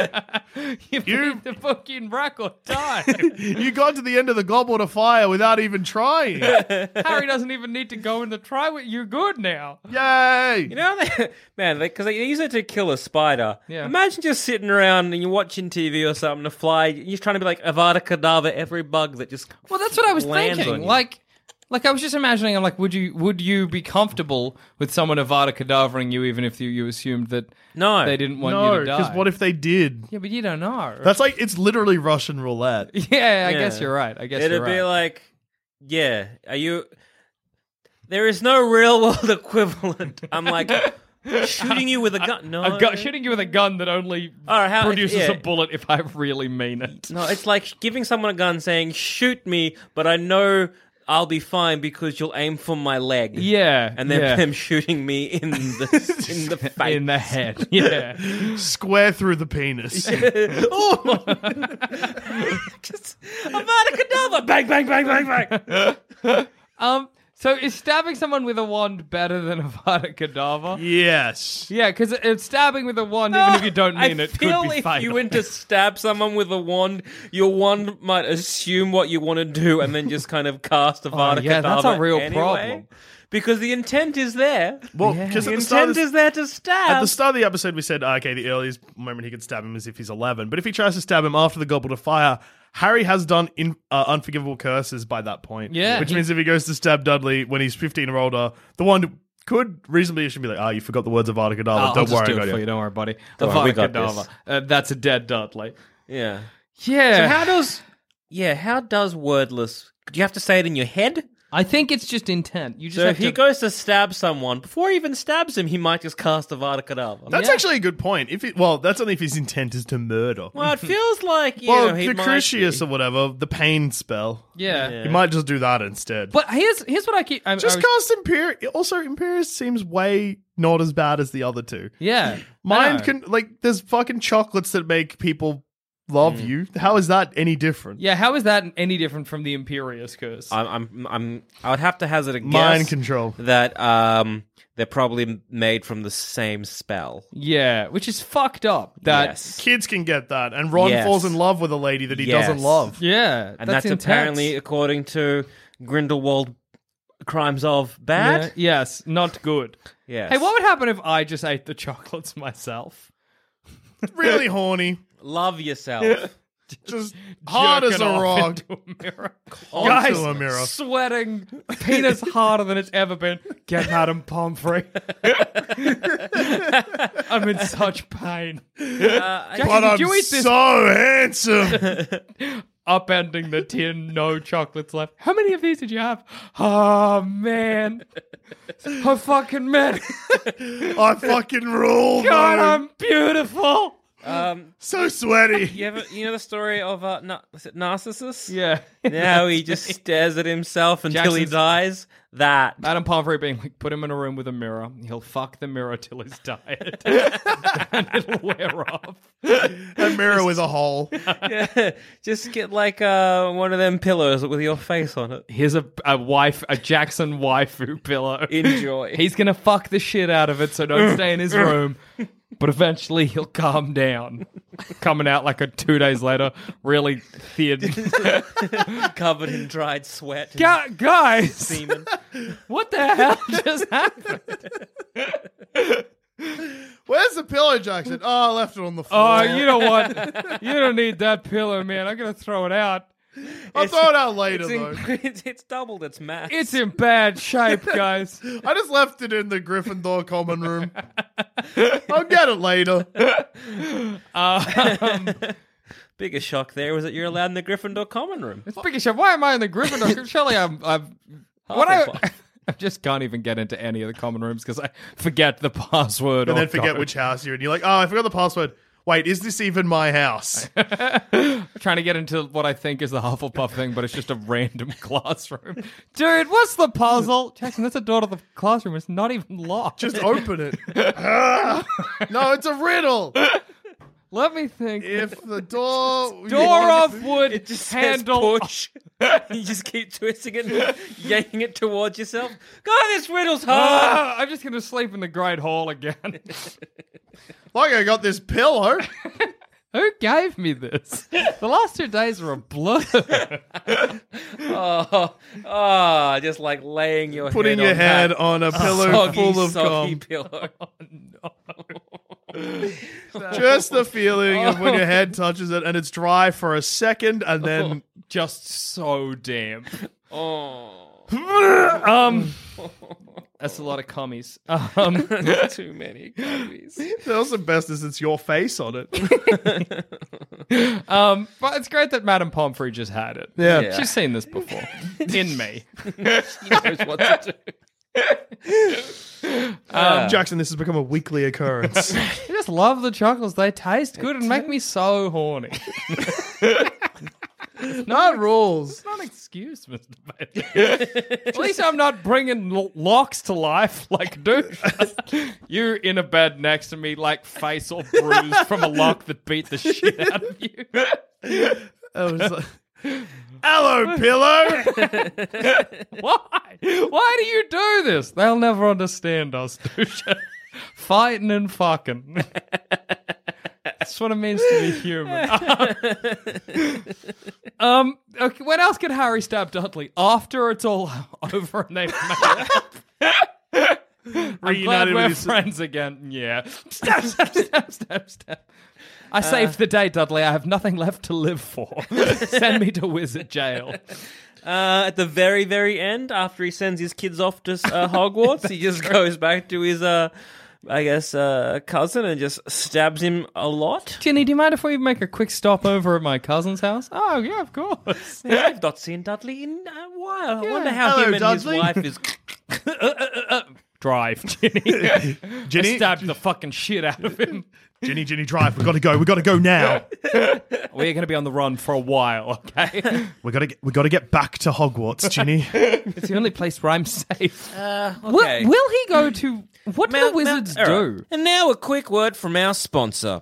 Speaker 1: you
Speaker 2: you-
Speaker 1: beat the fucking record time.
Speaker 2: you got to the end of the goblet of fire without even trying.
Speaker 1: Harry doesn't even need to go in the try. with- You're good now.
Speaker 2: Yay!
Speaker 3: you know they, man because they, use it to kill a spider
Speaker 1: Yeah.
Speaker 3: imagine just sitting around and you're watching tv or something a fly you're trying to be like avada kedavra every bug that just
Speaker 1: Well, that's what I was
Speaker 3: lands
Speaker 1: thinking.
Speaker 3: on you.
Speaker 1: Like, like I was just imagining. I'm like, would you would you be comfortable with someone Avada Kedavraing you, even if you, you assumed that
Speaker 3: No.
Speaker 1: they didn't want you
Speaker 2: no,
Speaker 1: to die?
Speaker 2: because what if they did?
Speaker 1: Yeah, but you don't know.
Speaker 2: That's like it's literally Russian roulette.
Speaker 1: yeah, I
Speaker 3: Yeah.
Speaker 1: guess you're right. I guess
Speaker 3: It'd
Speaker 1: you're
Speaker 3: be
Speaker 1: right.
Speaker 3: like, yeah, are you? There is no real world equivalent. I'm like, shooting you with a gun. No,
Speaker 1: I've got shooting you with a gun that only
Speaker 3: Or how-
Speaker 1: produces
Speaker 3: yeah.
Speaker 1: a bullet if I really mean it.
Speaker 3: No, it's like giving someone a gun, saying "Shoot me," but I know I'll be fine because you'll aim for my leg.
Speaker 1: Yeah,
Speaker 3: and then
Speaker 1: yeah.
Speaker 3: them shooting me in the in the face.
Speaker 1: in the head. Yeah.
Speaker 2: Square through the penis.
Speaker 3: Avada Kedavra! Bang, bang, bang, bang, bang.
Speaker 1: um. So is stabbing someone with a wand better than a Vada Kedavra?
Speaker 2: yes.
Speaker 1: Yeah, because it's stabbing with a wand, even if you don't mean
Speaker 3: I
Speaker 1: it,
Speaker 3: feel
Speaker 1: could be
Speaker 3: if
Speaker 1: fatal.
Speaker 3: you went to stab someone with a wand, your wand might assume what you want to do and then just kind of cast Avada
Speaker 1: Oh, yeah, that's a
Speaker 3: Kedavra
Speaker 1: real
Speaker 3: anyway.
Speaker 1: problem.
Speaker 3: Because the intent is there.
Speaker 2: Well, because
Speaker 3: the
Speaker 2: at, the start
Speaker 3: intent
Speaker 2: of this-
Speaker 3: is there to stab.
Speaker 2: at the start of the episode, we said, okay, the earliest moment he could stab him is if he's 11. But if he tries to stab him after the Goblet of Fire, Harry has done in, uh, unforgivable curses by that point.
Speaker 1: Yeah,
Speaker 2: Which
Speaker 1: he-
Speaker 2: means if he goes to stab Dudley when he's 15 or older, the one could reasonably should be like, oh, you forgot the words of Avada
Speaker 3: Oh,
Speaker 2: Kedavra.
Speaker 1: Ah, I'll
Speaker 2: Don't
Speaker 1: just
Speaker 2: worry
Speaker 1: do it
Speaker 2: about
Speaker 1: for
Speaker 2: it.
Speaker 1: you. Don't worry, buddy.
Speaker 3: Don't worry, we
Speaker 1: Avada
Speaker 3: got
Speaker 1: Kedavra.
Speaker 3: this.
Speaker 1: Uh, that's a dead Dudley.
Speaker 3: yeah.
Speaker 1: Yeah.
Speaker 3: So how does Eh. yeah? How does wordless? Do you have to say it in your head?
Speaker 1: I think it's just intent. You just
Speaker 3: So
Speaker 1: have
Speaker 3: if he
Speaker 1: to
Speaker 3: goes to stab someone before he even stabs him, he might just cast Avada Kedavra.
Speaker 2: That's actually a good point. If it, Well, that's only if his intent is to murder.
Speaker 3: well, it feels like you
Speaker 2: Well,
Speaker 3: know, he might
Speaker 2: Crucius
Speaker 3: be.
Speaker 2: or whatever, the pain spell.
Speaker 1: Yeah.
Speaker 2: You might just do that instead.
Speaker 1: But here's here's what I keep. I'm, I
Speaker 2: just
Speaker 1: was-
Speaker 2: cast Imperius. Also, Imperius seems way not as bad as the other two.
Speaker 1: Yeah. I
Speaker 2: Mine
Speaker 1: know.
Speaker 2: can like there's fucking chocolates that make people love
Speaker 1: Hmm.
Speaker 2: you. How is that any different?
Speaker 1: Yeah. How is that any different from the Imperious curse?
Speaker 3: I'm, I'm, I'm, I would have to hazard a guess
Speaker 2: Mind control.
Speaker 3: that um, they're probably made from the same spell.
Speaker 1: yeah, which is fucked up. That.
Speaker 3: yes,
Speaker 2: Kids can get that, and Ron
Speaker 3: Yes.
Speaker 2: falls in love with a lady that he
Speaker 3: Yes.
Speaker 2: doesn't love.
Speaker 1: Yeah.
Speaker 3: and that's,
Speaker 1: intense.
Speaker 3: apparently according to Grindelwald crimes of
Speaker 1: Yeah,
Speaker 3: bad.
Speaker 1: yes, not good.
Speaker 3: Yes.
Speaker 1: Hey, what would happen if I just ate the chocolates myself?
Speaker 2: really horny,
Speaker 3: Love yourself.
Speaker 2: just hard as a
Speaker 1: Jerking off
Speaker 2: rock.
Speaker 1: into a mirror.
Speaker 2: Guys, a mirror.
Speaker 1: Sweating, penis harder than it's ever been. Get Madame Pomfrey. I'm in such pain. Jackie,
Speaker 2: Uh, But
Speaker 1: did
Speaker 2: I'm
Speaker 1: you eat this
Speaker 2: so handsome.
Speaker 1: upending the tin, no chocolates left. How many of these did you have? Oh man. Oh fucking man.
Speaker 2: I fucking rule.
Speaker 1: God,
Speaker 2: though.
Speaker 1: I'm beautiful.
Speaker 2: so sweaty.
Speaker 3: you ever, you know the story of uh, Na- was it Narcissus?
Speaker 1: Yeah.
Speaker 3: Now he just stares at himself until he
Speaker 1: Jackson's-
Speaker 3: dies. That
Speaker 1: Madame Pomfrey being like, put him in a room with a mirror. He'll fuck the mirror till he's tired. and it'll wear off.
Speaker 2: A mirror with a hole.
Speaker 3: just get like uh, one of them pillows with your face on it.
Speaker 1: Here's a, a wife, a Jackson waifu pillow.
Speaker 3: Enjoy.
Speaker 1: He's gonna fuck the shit out of it, so don't stay in his room. But eventually he'll calm down. Coming out like a two days later, really thin.
Speaker 3: covered in dried sweat. and
Speaker 1: Gu- guys,
Speaker 3: semen.
Speaker 1: what the hell just happened?
Speaker 2: Where's the pillow, Jackson? Oh, I left it on the floor.
Speaker 1: Oh, you know what? You don't need that pillow, man. I'm gonna throw it out.
Speaker 2: I'll throw it out later,
Speaker 3: It's,
Speaker 2: though.
Speaker 3: in- it's, it's doubled its mass.
Speaker 1: It's in bad shape, guys.
Speaker 2: I just left it in the Gryffindor common room. I'll get it later.
Speaker 1: Um,
Speaker 3: Bigger shock there was that you're allowed in the Gryffindor common room.
Speaker 1: Speaking of, why am I in the Gryffindor? Surely I'm. I'm what I,
Speaker 3: Hufflepuff.
Speaker 1: I just can't even get into any of the common rooms because I forget the password.
Speaker 2: And
Speaker 1: or
Speaker 2: then forget
Speaker 1: code.
Speaker 2: which house you're in. You're like, oh, I forgot the password. Wait, is this even my house?
Speaker 1: trying to get into what I think is the Hufflepuff thing, but it's just a random classroom. Dude, what's the puzzle? Jackson, that's a door to the classroom. It's not even locked.
Speaker 2: Just open it. Ah! no, it's a riddle.
Speaker 1: let me think.
Speaker 2: If the door
Speaker 1: door of wood
Speaker 3: It just
Speaker 1: handle.
Speaker 3: says push. you just keep twisting it, and yanking it towards yourself. God, this riddle's hard.
Speaker 1: Ah, I'm just gonna sleep in the Great Hall again.
Speaker 2: like I got this pillow.
Speaker 1: Who gave me this? The last two days were a blur.
Speaker 3: Oh, oh, just like laying your
Speaker 2: Putting
Speaker 3: head
Speaker 2: your
Speaker 3: on
Speaker 2: head
Speaker 3: that
Speaker 2: on a pillow
Speaker 3: soggy,
Speaker 2: full of
Speaker 3: soggy
Speaker 2: cum.
Speaker 3: pillow.
Speaker 2: Just the feeling of when your head touches it and it's dry for a second and then
Speaker 1: just so damp.
Speaker 3: Oh,
Speaker 1: Um, that's a lot of commies. Um,
Speaker 3: too many copies.
Speaker 2: that's the best is it's your face on it.
Speaker 1: um, but it's great that Madame Pomfrey just had it.
Speaker 2: Yeah.
Speaker 1: she's seen this before in me.
Speaker 3: She knows what to do.
Speaker 2: Um, Jackson, this has become a weekly occurrence.
Speaker 1: I just love the chocolates. They taste good and make me so horny.
Speaker 2: Not rules.
Speaker 1: not an excuse, Mr. Bailey. At least I'm not bringing l- locks to life like douche. you in a bed next to me, like face all bruised from a lock that beat the shit out of you.
Speaker 2: Hello, pillow.
Speaker 1: Why? Why do you do this? They'll never understand us, douche. Fighting and fucking. That's what it means to be human. um, okay, when else could Harry stab Dudley? After it's all over and they've made it up. I'm glad
Speaker 2: Reunited with
Speaker 1: we're
Speaker 2: his-
Speaker 1: friends again. Yeah. Stab, stab, stab, stab, stab. Uh. I saved the day, Dudley. I have nothing left to live for. Send me to wizard jail.
Speaker 3: Uh, at the very, very end, after he sends his kids off to uh, Hogwarts, he just goes back to his, uh, I guess, uh, cousin and just stabs him a lot.
Speaker 1: Ginny, do you mind if we make a quick stop over at my cousin's house? Oh, yeah, of course.
Speaker 3: Yeah, I've not seen Dudley in a while. I wonder how
Speaker 2: Hello,
Speaker 3: him and
Speaker 2: Dudley.
Speaker 3: his wife is.
Speaker 1: Drive, Ginny.
Speaker 2: Ginny?
Speaker 1: I stabbed the fucking shit out of him.
Speaker 2: Ginny, Ginny, drive. We gotta go. We gotta go now.
Speaker 1: We're going to be on the run for a while, okay?
Speaker 2: We gotta. Get, we gotta get back to Hogwarts, Ginny.
Speaker 1: it's the only place where I'm safe.
Speaker 3: Uh, okay.
Speaker 1: will, will he go to. What do
Speaker 3: Mount-
Speaker 1: the wizards
Speaker 3: Mount- all
Speaker 1: do?
Speaker 3: right. And now a quick word from our sponsor.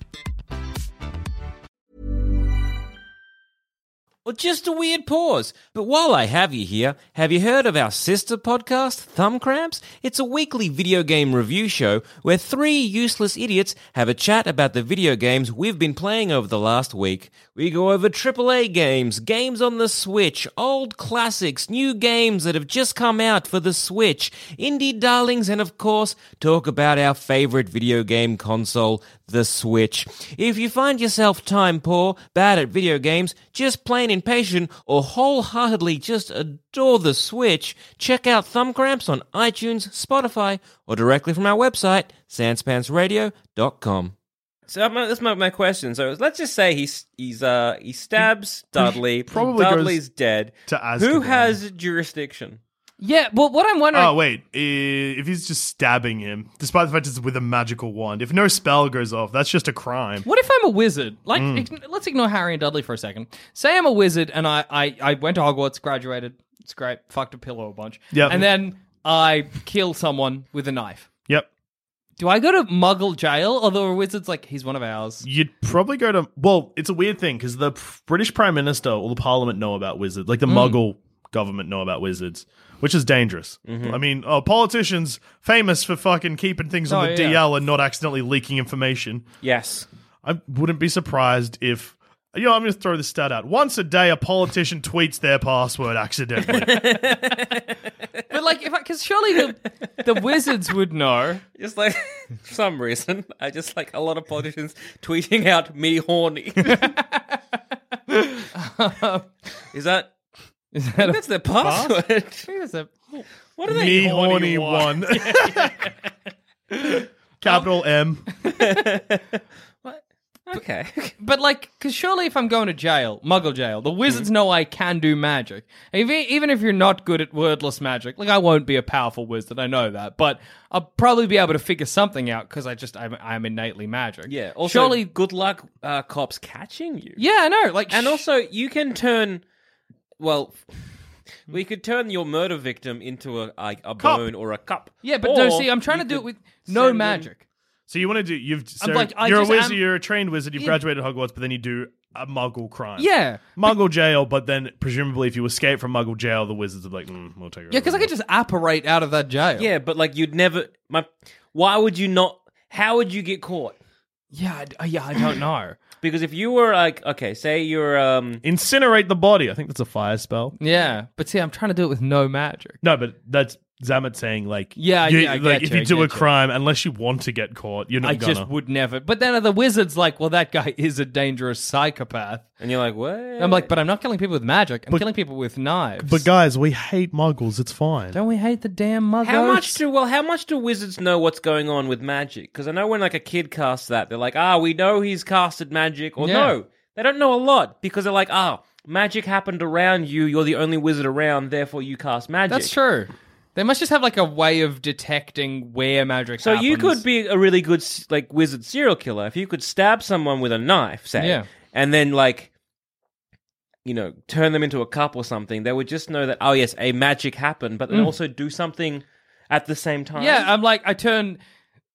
Speaker 3: Well, just a weird pause. But while I have you here, have you heard of our sister podcast, Thumb Cramps? It's a weekly video game review show where three useless idiots have a chat about the video games we've been playing over the last week. We go over AAA games, games on the Switch, old classics, new games that have just come out for the Switch, indie darlings, and of course, talk about our favorite video game console, the Switch. If you find yourself time poor, bad at video games, just plain impatient, or wholeheartedly just adore the Switch, check out Thumbcramps on iTunes, Spotify, or directly from our website, sanspantsradio.com. So I'm, that's my, my question. So let's just say he's he's uh he stabs Dudley.
Speaker 2: probably goes
Speaker 3: Dudley's dead.
Speaker 2: to
Speaker 3: Who
Speaker 2: Azkaban.
Speaker 3: has jurisdiction?
Speaker 1: Yeah, well, what I'm wondering.
Speaker 2: Oh wait, i- if he's just stabbing him, despite the fact it's with a magical wand, if no spell goes off, that's just a crime.
Speaker 1: What if I'm a wizard? Like, ign- let's ignore Harry and Dudley for a second. Say I'm a wizard and I, I, I went to Hogwarts, graduated. It's great. Fucked a pillow a bunch.
Speaker 2: Yep.
Speaker 1: And then I kill someone with a knife.
Speaker 2: Yep.
Speaker 1: Do I go to Muggle jail? Although a wizard's like, he's one of ours.
Speaker 2: You'd probably go to. Well, it's a weird thing because the p- British Prime Minister or the Parliament know about wizards, like the
Speaker 1: Mm.
Speaker 2: Muggle government know about wizards, which is dangerous.
Speaker 1: Mm-hmm.
Speaker 2: I mean, oh, politicians famous for fucking keeping things on
Speaker 1: Oh,
Speaker 2: the
Speaker 1: yeah.
Speaker 2: DL and not accidentally leaking information.
Speaker 3: Yes.
Speaker 2: I wouldn't be surprised if. You know, I'm going to throw this stat out. Once a day, a politician tweets their password accidentally.
Speaker 1: But like, if I, because surely the, the wizards would know.
Speaker 3: Just like for some reason, I just like a lot of politicians tweeting out me horny. Is that
Speaker 1: Um, Is that a,
Speaker 3: that's their password?
Speaker 1: is that-
Speaker 3: What are they?
Speaker 2: Me horny one.
Speaker 1: Um,
Speaker 2: Capital M.
Speaker 3: Okay.
Speaker 1: but like, because surely if I'm going to jail, Muggle jail, the wizards
Speaker 3: Hmm.
Speaker 1: know I can do magic. If, e, even if you're not good at wordless magic, like I won't be a powerful wizard, I know that, but I'll probably be able to figure something out because I just I'm, I'm innately magic.
Speaker 3: Yeah. Also,
Speaker 1: surely.
Speaker 3: good luck, uh, cops catching you.
Speaker 1: Yeah, I know. Like,
Speaker 3: And
Speaker 1: sh-
Speaker 3: also, you can turn. Well,
Speaker 1: Hmm.
Speaker 3: we could turn your murder victim into a like a
Speaker 2: Cup.
Speaker 3: bone or a cup.
Speaker 1: yeah, but
Speaker 3: Or
Speaker 1: no, see, I'm trying to
Speaker 3: you
Speaker 1: do it
Speaker 3: could
Speaker 1: with no
Speaker 3: send them-
Speaker 1: magic.
Speaker 2: So you want to do? You've so
Speaker 1: like, I
Speaker 2: you're a
Speaker 1: just
Speaker 2: wizard.
Speaker 1: am-
Speaker 2: You're a trained wizard. You've
Speaker 1: Yeah.
Speaker 2: graduated Hogwarts, but then you do a Muggle crime.
Speaker 1: Yeah.
Speaker 2: Muggle jail. But then presumably, if you escape from Muggle jail, the wizards are like, mm, "We'll take it."
Speaker 1: Yeah, because I could just apparate out of that jail.
Speaker 3: Yeah, but like you'd never. My, why would you not? How would you get caught?
Speaker 1: yeah, I d- uh, yeah. I don't know.
Speaker 3: Because if you were like, okay, say you're um,
Speaker 2: incinerate the body. I think that's a fire spell.
Speaker 1: yeah, but see, I'm trying to do it with no magic.
Speaker 2: No, but that's Zamet saying like,
Speaker 1: Yeah,
Speaker 2: you,
Speaker 1: yeah, I
Speaker 2: like
Speaker 1: get
Speaker 2: if
Speaker 1: you,
Speaker 2: you,
Speaker 1: I
Speaker 2: do a
Speaker 1: get you.
Speaker 2: crime, unless you want to get caught, you're not
Speaker 1: I
Speaker 2: gonna.
Speaker 1: just would never. But then are the wizards like, well, that guy is a dangerous psychopath.
Speaker 3: and you're like, what?
Speaker 1: I'm like, but I'm not killing people with magic. I'm killing people with knives.
Speaker 2: but guys, we hate Muggles. It's fine.
Speaker 1: don't we hate the damn mother?
Speaker 3: How much do well? How much do wizards know what's going on with magic? Because I know when like a kid casts that, they're like, ah, we know he's casted magic, or
Speaker 1: Yeah.
Speaker 3: no, they don't know a lot because they're like, ah, magic happened around you. You're the only wizard around, therefore you cast magic.
Speaker 1: That's true. They must just have like a way of detecting where magic.
Speaker 3: So you
Speaker 1: happens.
Speaker 3: could be a really good s- like wizard serial killer if you could stab someone with a knife, say,
Speaker 1: Yeah.
Speaker 3: and then like you know turn them into a cup or something. They would just know that oh yes, a magic happened, but then also do something at the same time.
Speaker 1: Mm. Yeah, um, I'm like, I turn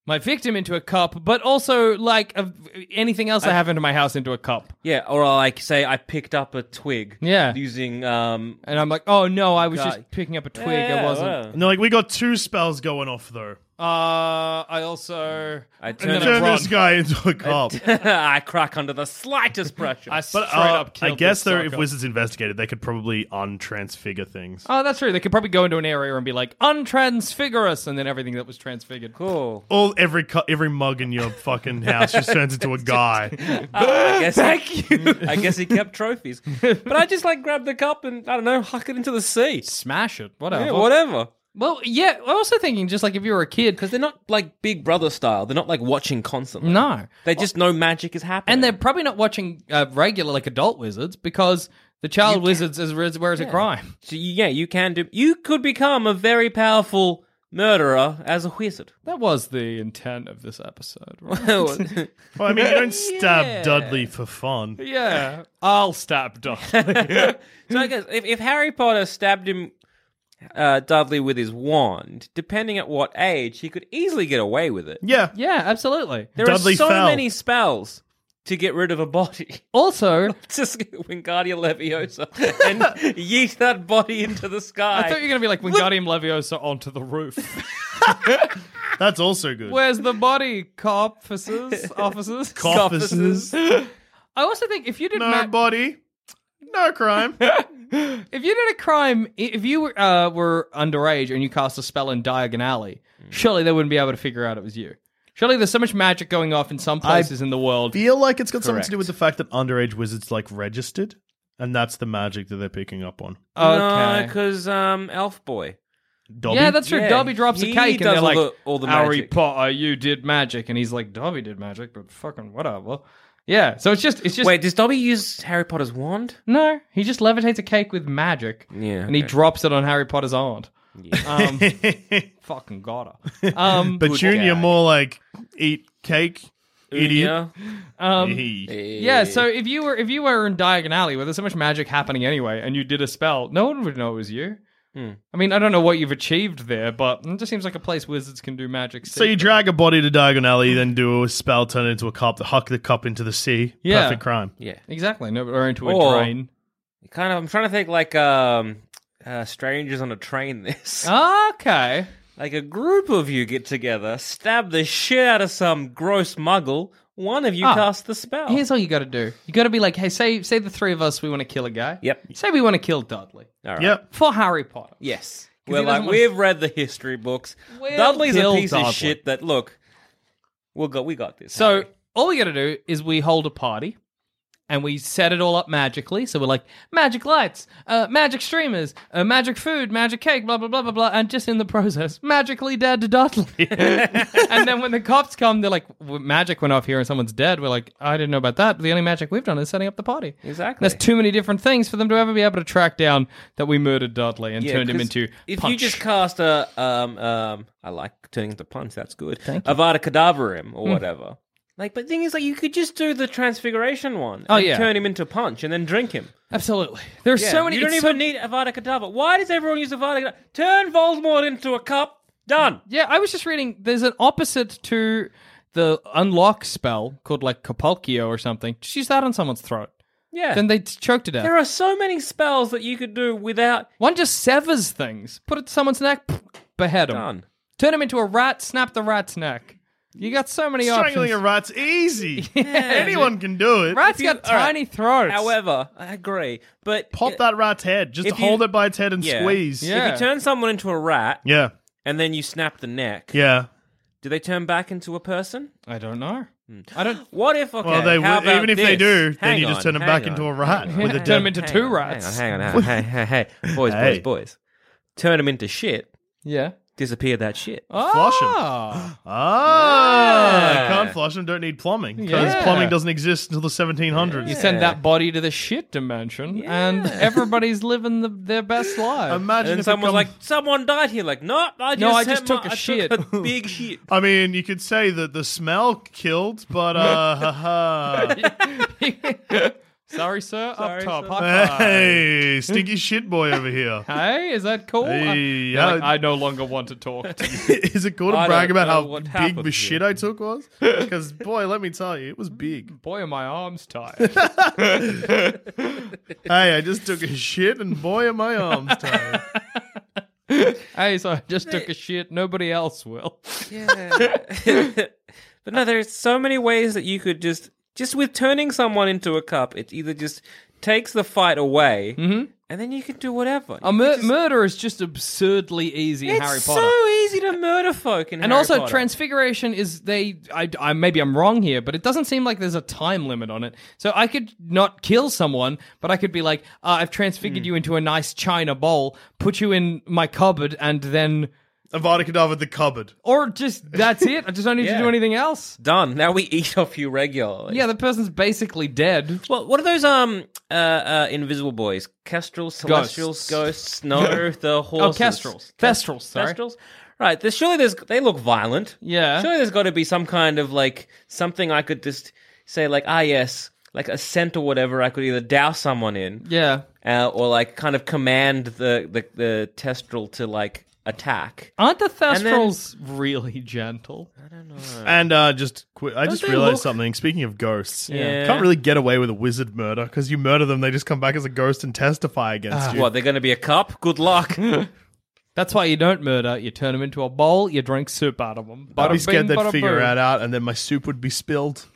Speaker 1: my victim into a cup, but also like a, anything else I have into my house into a cup.
Speaker 3: yeah. Or uh, like say I picked up a twig.
Speaker 1: Yeah.
Speaker 3: using um.
Speaker 1: And I'm like, oh no, I was
Speaker 3: Guy.
Speaker 1: just picking up a twig.
Speaker 3: Yeah,
Speaker 1: I wasn't.
Speaker 3: well.
Speaker 2: And they're like, we got two spells going off though.
Speaker 1: Uh, I also.
Speaker 3: I
Speaker 1: and
Speaker 3: turn
Speaker 1: then
Speaker 3: it
Speaker 1: I
Speaker 2: Turn
Speaker 1: run.
Speaker 2: this guy into a cop.
Speaker 3: I crack under the slightest pressure.
Speaker 1: I straight
Speaker 2: But uh,
Speaker 1: up
Speaker 2: I
Speaker 1: killed
Speaker 2: guess
Speaker 1: this
Speaker 2: though, if
Speaker 1: sucker.
Speaker 2: wizards investigated, they could probably untransfigure things.
Speaker 1: Oh, that's true. They could probably go into an area and be like, untransfigure us, and then everything that was transfigured.
Speaker 3: cool.
Speaker 2: All every cu- every mug in your fucking house just turns into a guy.
Speaker 3: I guess Thank you. I guess he kept trophies, but I just like grabbed the cup and I don't know, huck it into the sea.
Speaker 1: Smash it. Whatever.
Speaker 3: Yeah, whatever.
Speaker 1: Well, yeah. I'm also thinking, just like if you were a kid,
Speaker 3: Because
Speaker 1: because
Speaker 3: they're not like Big Brother style. They're not like watching constantly.
Speaker 1: no,
Speaker 3: They just know magic is happening.
Speaker 1: and they're probably not watching uh, regular like adult wizards because the child wizards is where it's a crime.
Speaker 3: So you, yeah, you can do. You could become a very powerful murderer as a wizard.
Speaker 1: That was the intent of this episode. Right?
Speaker 3: Well,
Speaker 2: Well, I mean, you don't stab Dudley for fun.
Speaker 1: yeah, I'll stab Dudley.
Speaker 3: so I guess if, if Harry Potter stabbed him, uh, Dudley with his wand, depending at what age, he could easily get away with it.
Speaker 2: Yeah,
Speaker 1: yeah, absolutely.
Speaker 3: There
Speaker 2: Dudley
Speaker 3: are so
Speaker 2: fell.
Speaker 3: many spells to get rid of a body.
Speaker 1: Also,
Speaker 3: Just Wingardia Leviosa and yeet that body into the sky.
Speaker 1: I thought you were going to be like Wingardium Leviosa onto the roof.
Speaker 2: that's also good.
Speaker 1: Where's the body, cop officers? Officers?
Speaker 2: Officers,
Speaker 1: I also think if you did
Speaker 2: no
Speaker 1: ma-
Speaker 2: body, no crime.
Speaker 1: if you did a crime, i- if you were, uh, were underage and you cast a spell in Diagon Alley,
Speaker 3: Mm.
Speaker 1: surely they wouldn't be able to figure out it was you. Surely there's so much magic going off in some places in the world.
Speaker 2: Feel like it's got something to do with the fact that underage wizards like registered, and that's the magic that they're picking up on.
Speaker 1: okay.
Speaker 3: because um, Elf Boy.
Speaker 2: Dobby?
Speaker 1: yeah, that's true.
Speaker 3: Yeah,
Speaker 1: Dobby drops
Speaker 3: he
Speaker 1: a cake
Speaker 3: does
Speaker 1: and they're
Speaker 3: all
Speaker 1: like,
Speaker 3: the- all the
Speaker 1: Harry
Speaker 3: magic."
Speaker 1: Potter, you did magic. And he's like, Dobby did magic, but fucking whatever. Yeah, so it's just, it's just,
Speaker 3: Wait, does Dobby use Harry Potter's wand?
Speaker 1: no, he just levitates a cake with magic.
Speaker 3: Yeah,
Speaker 1: And he
Speaker 3: okay.
Speaker 1: drops it on Harry Potter's aunt. Um, fucking got her. Um,
Speaker 2: but Junior
Speaker 3: gag.
Speaker 2: more like eat cake, idiot.
Speaker 3: Yeah.
Speaker 1: um,
Speaker 2: Hey.
Speaker 1: Yeah, so if you were if you were in Diagon Alley where there's so much magic happening anyway, and you did a spell, no one would know it was you.
Speaker 3: Hmm.
Speaker 1: I mean, I don't know what you've achieved there, but it just seems like a place wizards can do magic.
Speaker 2: So you drag a body to Diagon Alley, then do a spell, turn it into a cup, huck the cup into the sea.
Speaker 1: Yeah.
Speaker 2: Perfect crime.
Speaker 3: Yeah.
Speaker 1: exactly, no, or into a
Speaker 3: Or-
Speaker 1: drain.
Speaker 3: Kind of, I'm trying to think like um, uh, strangers on a train. This
Speaker 1: Okay,
Speaker 3: like a group of you get together, stab the shit out of some gross muggle. One of you
Speaker 1: Ah.
Speaker 3: casts the spell.
Speaker 1: here's all you got to do. You got to be like, hey, say say the three of us we want to kill a guy.
Speaker 3: Yep.
Speaker 1: Say we want to kill Dudley
Speaker 3: All right.
Speaker 2: Yep.
Speaker 1: for Harry Potter.
Speaker 3: Yes.
Speaker 1: 'Cause
Speaker 3: We're
Speaker 1: he
Speaker 3: like,
Speaker 1: doesn't wanna-
Speaker 3: we've read the history books.
Speaker 1: We'll
Speaker 3: Dudley's a
Speaker 1: kill
Speaker 3: piece
Speaker 1: Dudley.
Speaker 3: of shit that, look, we'll go, we got this.
Speaker 1: So
Speaker 3: Harry.
Speaker 1: all we got to do is we hold a party. And we set it all up magically. So we're like, magic lights, uh, magic streamers, uh, magic food, magic cake, blah, blah, blah, blah, blah. And just in the process, magically dead to Dudley. and then when the cops come, they're like, "Well, magic went off here and someone's dead. We're like, I didn't know about that. The only magic we've done is setting up the party.
Speaker 3: Exactly.
Speaker 1: That's too many different things for them to ever be able to track down that we murdered Dudley and
Speaker 3: Yeah,
Speaker 1: turned him
Speaker 3: 'cause
Speaker 1: into.
Speaker 3: If you
Speaker 1: punch.
Speaker 3: just cast a. Um, um, I like turning into punch, that's good. Avada Kedavra him
Speaker 1: Hmm.
Speaker 3: or whatever. Like, but the thing is, like, you could just do the transfiguration one.
Speaker 1: Oh,
Speaker 3: and
Speaker 1: yeah.
Speaker 3: Turn him into punch and then drink him.
Speaker 1: Absolutely. There's
Speaker 3: Yeah,
Speaker 1: so many.
Speaker 3: You don't
Speaker 1: it's
Speaker 3: even
Speaker 1: so-
Speaker 3: need Avada Kedavra. Why does everyone use Avada Kedavra? Turn Voldemort into a cup. Done.
Speaker 1: Yeah, I was just reading. There's an opposite to the unlock spell called like Capulcio or something. Just use that on someone's throat.
Speaker 3: Yeah.
Speaker 1: Then they t- choke to death.
Speaker 3: there are so many spells that you could do without.
Speaker 1: One just severs things. Put it to someone's neck, pff, behead them.
Speaker 3: Done.
Speaker 1: Turn him into a rat, snap the rat's neck. You got so many
Speaker 2: Strangling a
Speaker 1: options.
Speaker 2: rat's easy. Anyone can do it.
Speaker 1: Rats
Speaker 3: If you-
Speaker 1: got
Speaker 3: all right.
Speaker 1: tiny throats.
Speaker 3: However, I agree, but
Speaker 2: Pop
Speaker 3: i-
Speaker 2: that rat's head. Just
Speaker 3: If you-
Speaker 2: hold it by its head and
Speaker 3: Yeah.
Speaker 2: squeeze.
Speaker 1: Yeah.
Speaker 3: If you turn someone into a rat
Speaker 2: Yeah.
Speaker 3: and then you snap the neck,
Speaker 2: Yeah.
Speaker 3: do they turn back into a person?
Speaker 1: I don't know.
Speaker 3: Hmm.
Speaker 1: I don't.
Speaker 3: What if? Okay,
Speaker 2: Well, they
Speaker 3: how
Speaker 2: would,
Speaker 3: about
Speaker 2: even if they
Speaker 3: this?
Speaker 2: do, then
Speaker 3: Hang
Speaker 2: you just
Speaker 3: on,
Speaker 2: turn them
Speaker 3: hang
Speaker 2: back
Speaker 3: on,
Speaker 2: into a
Speaker 3: hang
Speaker 2: rat with
Speaker 3: on,
Speaker 2: a
Speaker 3: hang
Speaker 1: turn
Speaker 2: dead.
Speaker 1: him into
Speaker 3: on,
Speaker 1: two
Speaker 3: hang
Speaker 1: rats.
Speaker 3: Hang on, hang on, hey, hey, hey, hey, boys,
Speaker 2: Hey.
Speaker 3: boys, boys, turn them into shit.
Speaker 1: Yeah.
Speaker 3: Disappear that shit.
Speaker 2: Flush 'em.
Speaker 1: Ah.
Speaker 2: Ah,
Speaker 3: Yeah.
Speaker 2: can't flush them. Don't need plumbing because
Speaker 1: Yeah.
Speaker 2: plumbing doesn't exist until the 1700s.
Speaker 1: You send that body to the shit dimension, and everybody's living the, their best life.
Speaker 2: Imagine
Speaker 3: And
Speaker 2: if it
Speaker 3: then someone's
Speaker 2: come-
Speaker 3: like, someone died here. Like, no, I just,
Speaker 1: No, I
Speaker 3: had
Speaker 1: just
Speaker 3: my-
Speaker 1: took a
Speaker 3: I
Speaker 1: shit."
Speaker 3: a big shit.
Speaker 2: I mean, you could say that the smell killed, but uh, haha.
Speaker 1: Sorry, sir. Up
Speaker 3: Sorry,
Speaker 1: top.
Speaker 3: sir.
Speaker 1: High five.
Speaker 2: Hey, stinky shit boy over here.
Speaker 1: Hey, is that cool? I-
Speaker 2: Hey,
Speaker 1: They're like,
Speaker 2: uh,
Speaker 1: I no longer want to talk to you.
Speaker 2: Is it cool to
Speaker 3: I
Speaker 2: brag
Speaker 3: don't
Speaker 2: about
Speaker 3: know
Speaker 2: how
Speaker 3: what
Speaker 2: big
Speaker 3: happened
Speaker 2: the
Speaker 3: here.
Speaker 2: shit I took was? Because boy, let me tell you, it was big.
Speaker 1: Boy, are my arms tired.
Speaker 2: Hey, I just took a shit, and boy, are my arms tired.
Speaker 1: hey, so I just took a shit. Nobody else will.
Speaker 3: But no, there's so many ways that you could just just with turning someone into a cup, it either just takes the fight away,
Speaker 2: Mm-hmm.
Speaker 3: and then you can do whatever. You
Speaker 1: A mur-
Speaker 3: could just-
Speaker 1: murder is just absurdly easy in
Speaker 3: it's
Speaker 1: Harry Potter.
Speaker 3: so easy to murder folk in
Speaker 1: and
Speaker 3: Harry
Speaker 1: also,
Speaker 3: Potter.
Speaker 1: Transfiguration is they. I, I maybe I'm wrong here, but it doesn't seem like there's a time limit on it. So I could not kill someone, but I could be like, uh, I've transfigured
Speaker 2: Hmm.
Speaker 1: you into a nice china bowl, put you in my cupboard, and then,
Speaker 2: Avada Kedavra, the cupboard.
Speaker 1: or just that's it. I just don't need to
Speaker 3: Yeah.
Speaker 1: do anything else.
Speaker 3: done. Now we eat off you regularly.
Speaker 1: Yeah, the person's basically dead.
Speaker 3: Well, what are those um uh, uh invisible boys? Kestrels, celestials, ghosts? No, the
Speaker 1: Oh,
Speaker 3: horses.
Speaker 1: kestrels, thestrals, sorry.
Speaker 3: Kestrels. Right. There's, surely there's. They look violent.
Speaker 1: Yeah.
Speaker 3: Surely there's got to be some kind of like something I could just say like ah yes like a scent or whatever I could either douse someone in
Speaker 1: Yeah.
Speaker 3: uh, or like kind of command the the, the testral to like attack.
Speaker 1: Aren't the
Speaker 3: And then-
Speaker 1: Thestrals really gentle?
Speaker 3: Oh.
Speaker 2: And uh, just, qu- I just
Speaker 3: they
Speaker 2: realized
Speaker 3: look-
Speaker 2: something. Speaking of ghosts,
Speaker 3: Yeah.
Speaker 2: can't really get away with a wizard murder because you murder them, they just come back as a ghost and testify against you.
Speaker 3: Ah. What they're going to be a cup? Good luck.
Speaker 1: That's why you don't murder. You turn them into a bowl. You drink soup out of them.
Speaker 2: I'd be scared they'd figure it out, and then my soup would be spilled.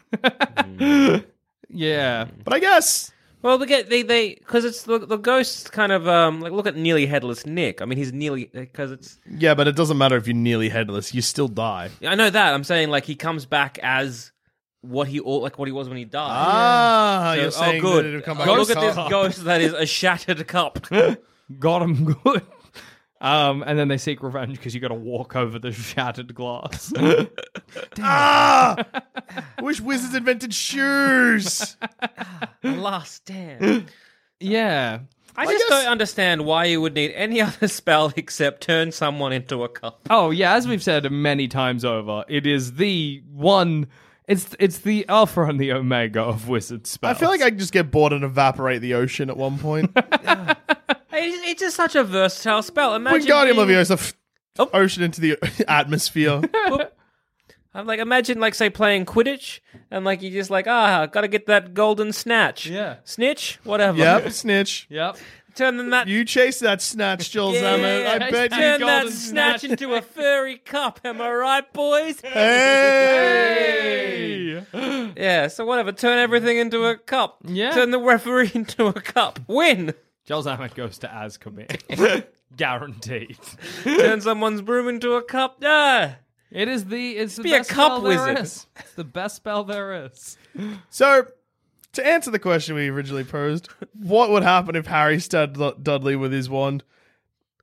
Speaker 1: Yeah.
Speaker 2: But I guess
Speaker 3: well, they get they they because it's the the ghosts kind of um like look at nearly headless Nick. I mean he's nearly because it's
Speaker 2: Yeah, but it doesn't matter if you're nearly headless; you still die.
Speaker 3: I know that I'm saying like he comes back as what he all like what he was when he died.
Speaker 2: Ah,
Speaker 3: So-
Speaker 2: you're saying
Speaker 3: oh, good.
Speaker 2: that it'll come back.
Speaker 3: Oh, look
Speaker 2: as
Speaker 3: at this
Speaker 2: cup.
Speaker 3: ghost that is a shattered cup.
Speaker 1: Got him good. Um, and then they seek revenge because you got to walk over the shattered glass.
Speaker 2: Ah, wish wizards invented shoes.
Speaker 3: Last stand.
Speaker 1: yeah.
Speaker 3: I just
Speaker 2: guess-
Speaker 3: don't understand why you would need any other spell except turn someone into a cup.
Speaker 1: Oh yeah. As we've said many times over, it is the one. It's it's the alpha and the omega of wizard
Speaker 2: I
Speaker 1: spells.
Speaker 2: feel like I can just get bored and evaporate the ocean at one point.
Speaker 3: Hey, It- It's just such a versatile spell. Imagine
Speaker 2: Wingardium
Speaker 3: being-
Speaker 2: Leviosa. F-
Speaker 3: Oh.
Speaker 2: Ocean into the atmosphere.
Speaker 3: I'm like, imagine like say playing Quidditch and like you just like ah, gotta get that golden snatch.
Speaker 1: Yeah.
Speaker 3: snitch, whatever.
Speaker 2: yep, snitch.
Speaker 1: Yep.
Speaker 3: Turn them that.
Speaker 2: You chase that snatch, Joel Zammer. I bet you.
Speaker 3: Turn that
Speaker 1: golden
Speaker 3: snatch
Speaker 1: snatch.
Speaker 3: into a furry cup. Am I right, boys?
Speaker 2: Hey!
Speaker 3: Yeah. So whatever. Turn everything into a cup.
Speaker 1: Yeah.
Speaker 3: Turn the referee into a cup. Win.
Speaker 1: Giles Ahmed goes to Azkaban. Guaranteed.
Speaker 3: Turn someone's broom into a cup. Ah.
Speaker 1: It is the it's the
Speaker 3: be a
Speaker 1: best
Speaker 3: cup
Speaker 1: spell there
Speaker 3: wizard.
Speaker 1: is. It's the best spell there is.
Speaker 2: So, to answer the question we originally posed, what would happen if Harry stabbed Lu- Dudley with his wand?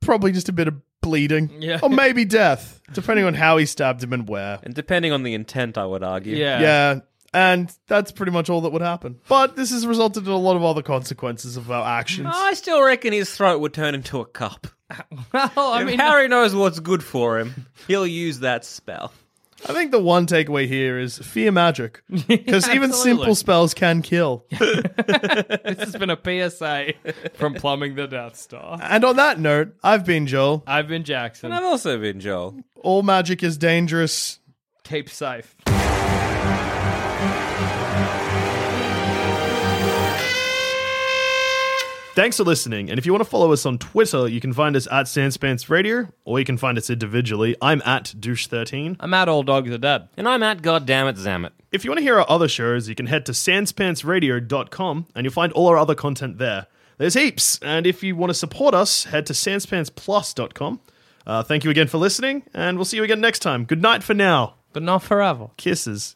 Speaker 2: Probably just a bit of bleeding,
Speaker 1: Yeah.
Speaker 2: or maybe death, depending on how he stabbed him and where.
Speaker 3: And depending on the intent, I would argue.
Speaker 1: Yeah.
Speaker 2: Yeah, and that's pretty much all that would happen. But this has resulted in a lot of other consequences of our actions.
Speaker 3: I still reckon his throat would turn into a cup.
Speaker 1: Well, I
Speaker 3: if
Speaker 1: mean,
Speaker 3: Harry knows what's good for him, he'll use that spell.
Speaker 2: I think the one takeaway here is fear magic, because even simple spells can kill.
Speaker 1: this has been a PSA from plumbing the Death Star.
Speaker 2: And on that note, I've been Joel.
Speaker 1: I've been Jackson.
Speaker 3: And I've also been Joel.
Speaker 2: All magic is dangerous.
Speaker 1: Keep safe.
Speaker 4: Thanks for listening. And if you want to follow us on Twitter, you can find us at Sanspants Radio, or you can find us individually. I'm at Douche13.
Speaker 1: I'm at All Dogs Are Dead.
Speaker 3: And I'm at Goddammit Zammit.
Speaker 4: If you want to hear our other shows, you can head to sanspantsradio.com and you'll find all our other content there. There's heaps. And if you want to support us, head to sanspantsplus.com. Uh, thank you again for listening, and we'll see you again next time. Good night for now.
Speaker 1: But not forever.
Speaker 4: Kisses.